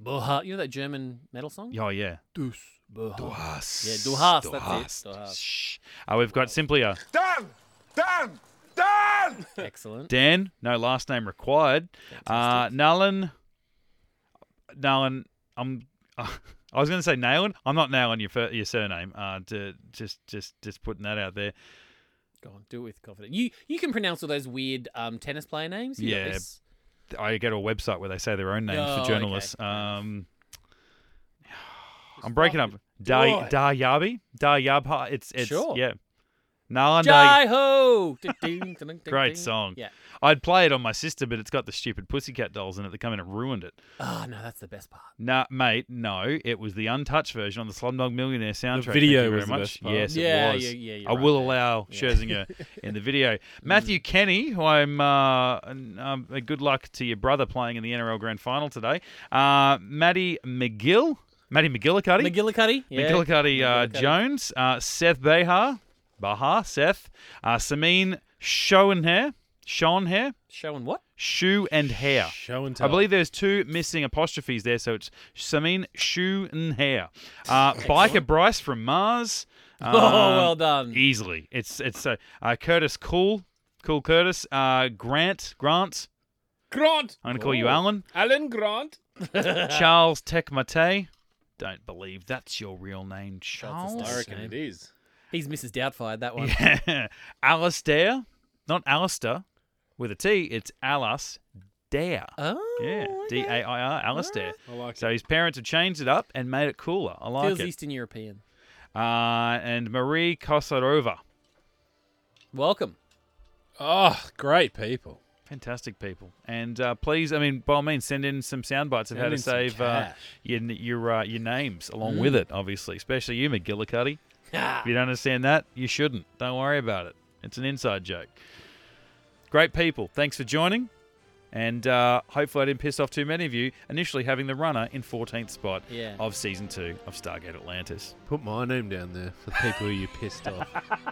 Boha. You know that German metal song?
Oh yeah.
Dus. Boha.
Duhas.
Yeah, Du hast, that's it, Du hast.
Shh. Uh, we've got simply a
Excellent.
Dan, no last name required. Uh, Nalan, Nalan, I'm. I was going to say Nalan. I'm not Nalan your fir- your surname. Uh, to, just just just putting that out there.
Go on, do it with confidence. You you can pronounce all those weird um, tennis player names. You got
Yeah,
this.
I go to a website where they say their own names
Oh,
for
okay.
journalists. Um, I'm breaking up.
it.
Da Da Yabi, Da Yabha. It's it's
Sure.
yeah. Nalan Da-
Jai ho! Ding, ding, ding, ding,
Great
ding.
song.
Yeah.
I'd play it on my sister, but it's got the stupid pussycat dolls in it that come in and ruined it.
Oh no, that's the best part.
Nah, mate, no. It was the untouched version on the Slumdog Millionaire soundtrack. Thank
video
you very
was the
much.
best part.
Yes,
Yeah,
it was.
yeah, yeah, you're
I
right
will
there.
allow Scherzinger in the video. Matthew Kenny, who I'm uh, an- um, a good luck to your brother playing in the NRL Grand Final today. Uh, Maddie McGill, Maddie McGillicuddy,
McGillicuddy. Yeah.
McGillicuddy, uh,
McGillicuddy.
Jones, uh, Seth Behar, Bahar, Seth, uh, Samin Schoenhair, Schoenhair,
Showing what?
Shoe and Hair.
Show and tell.
Ah. I believe there's two missing apostrophes there, so it's Samin Shoe and Hair. Uh, Biker Bryce from Mars.
Oh,
um,
well done.
Easily, it's it's uh, uh, Curtis Cool, Cool Curtis, uh, Grant Grant.
Grant. Oh.
I'm gonna call you Alan.
Alan Grant.
Charles Tekmate. Don't believe that's your real name, Charles.
I
I
reckon
reckon it is.
He's Mrs. Doubtfire. That one.
Yeah. Alistair, not Alistair, with a T. It's Alice Dare.
Oh.
yeah, D
okay.
A I R, Alistair.
I like
So his parents have changed it up and made it cooler. I like
Feels
it.
Eastern European.
Uh, and Marie Kosarova.
Welcome.
Oh, great people.
Fantastic people. And uh, please, I mean, by all means, send in some sound bites of how
Send
to
in some
save uh,
cash. Mm.
your your, uh, your names along with it, obviously, especially you, McGillicuddy. If you don't understand that, you shouldn't. Don't worry about it. It's an inside joke. Great people. Thanks for joining. And uh, hopefully, I didn't piss off too many of you initially having the runner in 14th spot
Yeah.
of season two of Stargate Atlantis.
Put my name down there for the people you pissed off.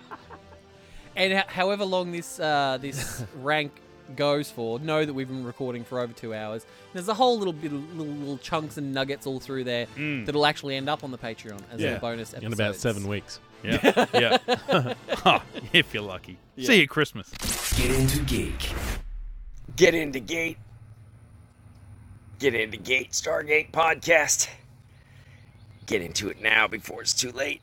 And ho- however long this uh, this rank goes for, know that we've been recording for over two hours. There's a whole little bit, of little, little chunks and nuggets all through there that'll actually end up on the Patreon as a bonus episode.
in about seven weeks.
Yeah. yeah. Huh, if you're lucky. See you at Christmas.
Get into geek. Get into gate. Get into gate Stargate podcast. Get into it now before it's too late.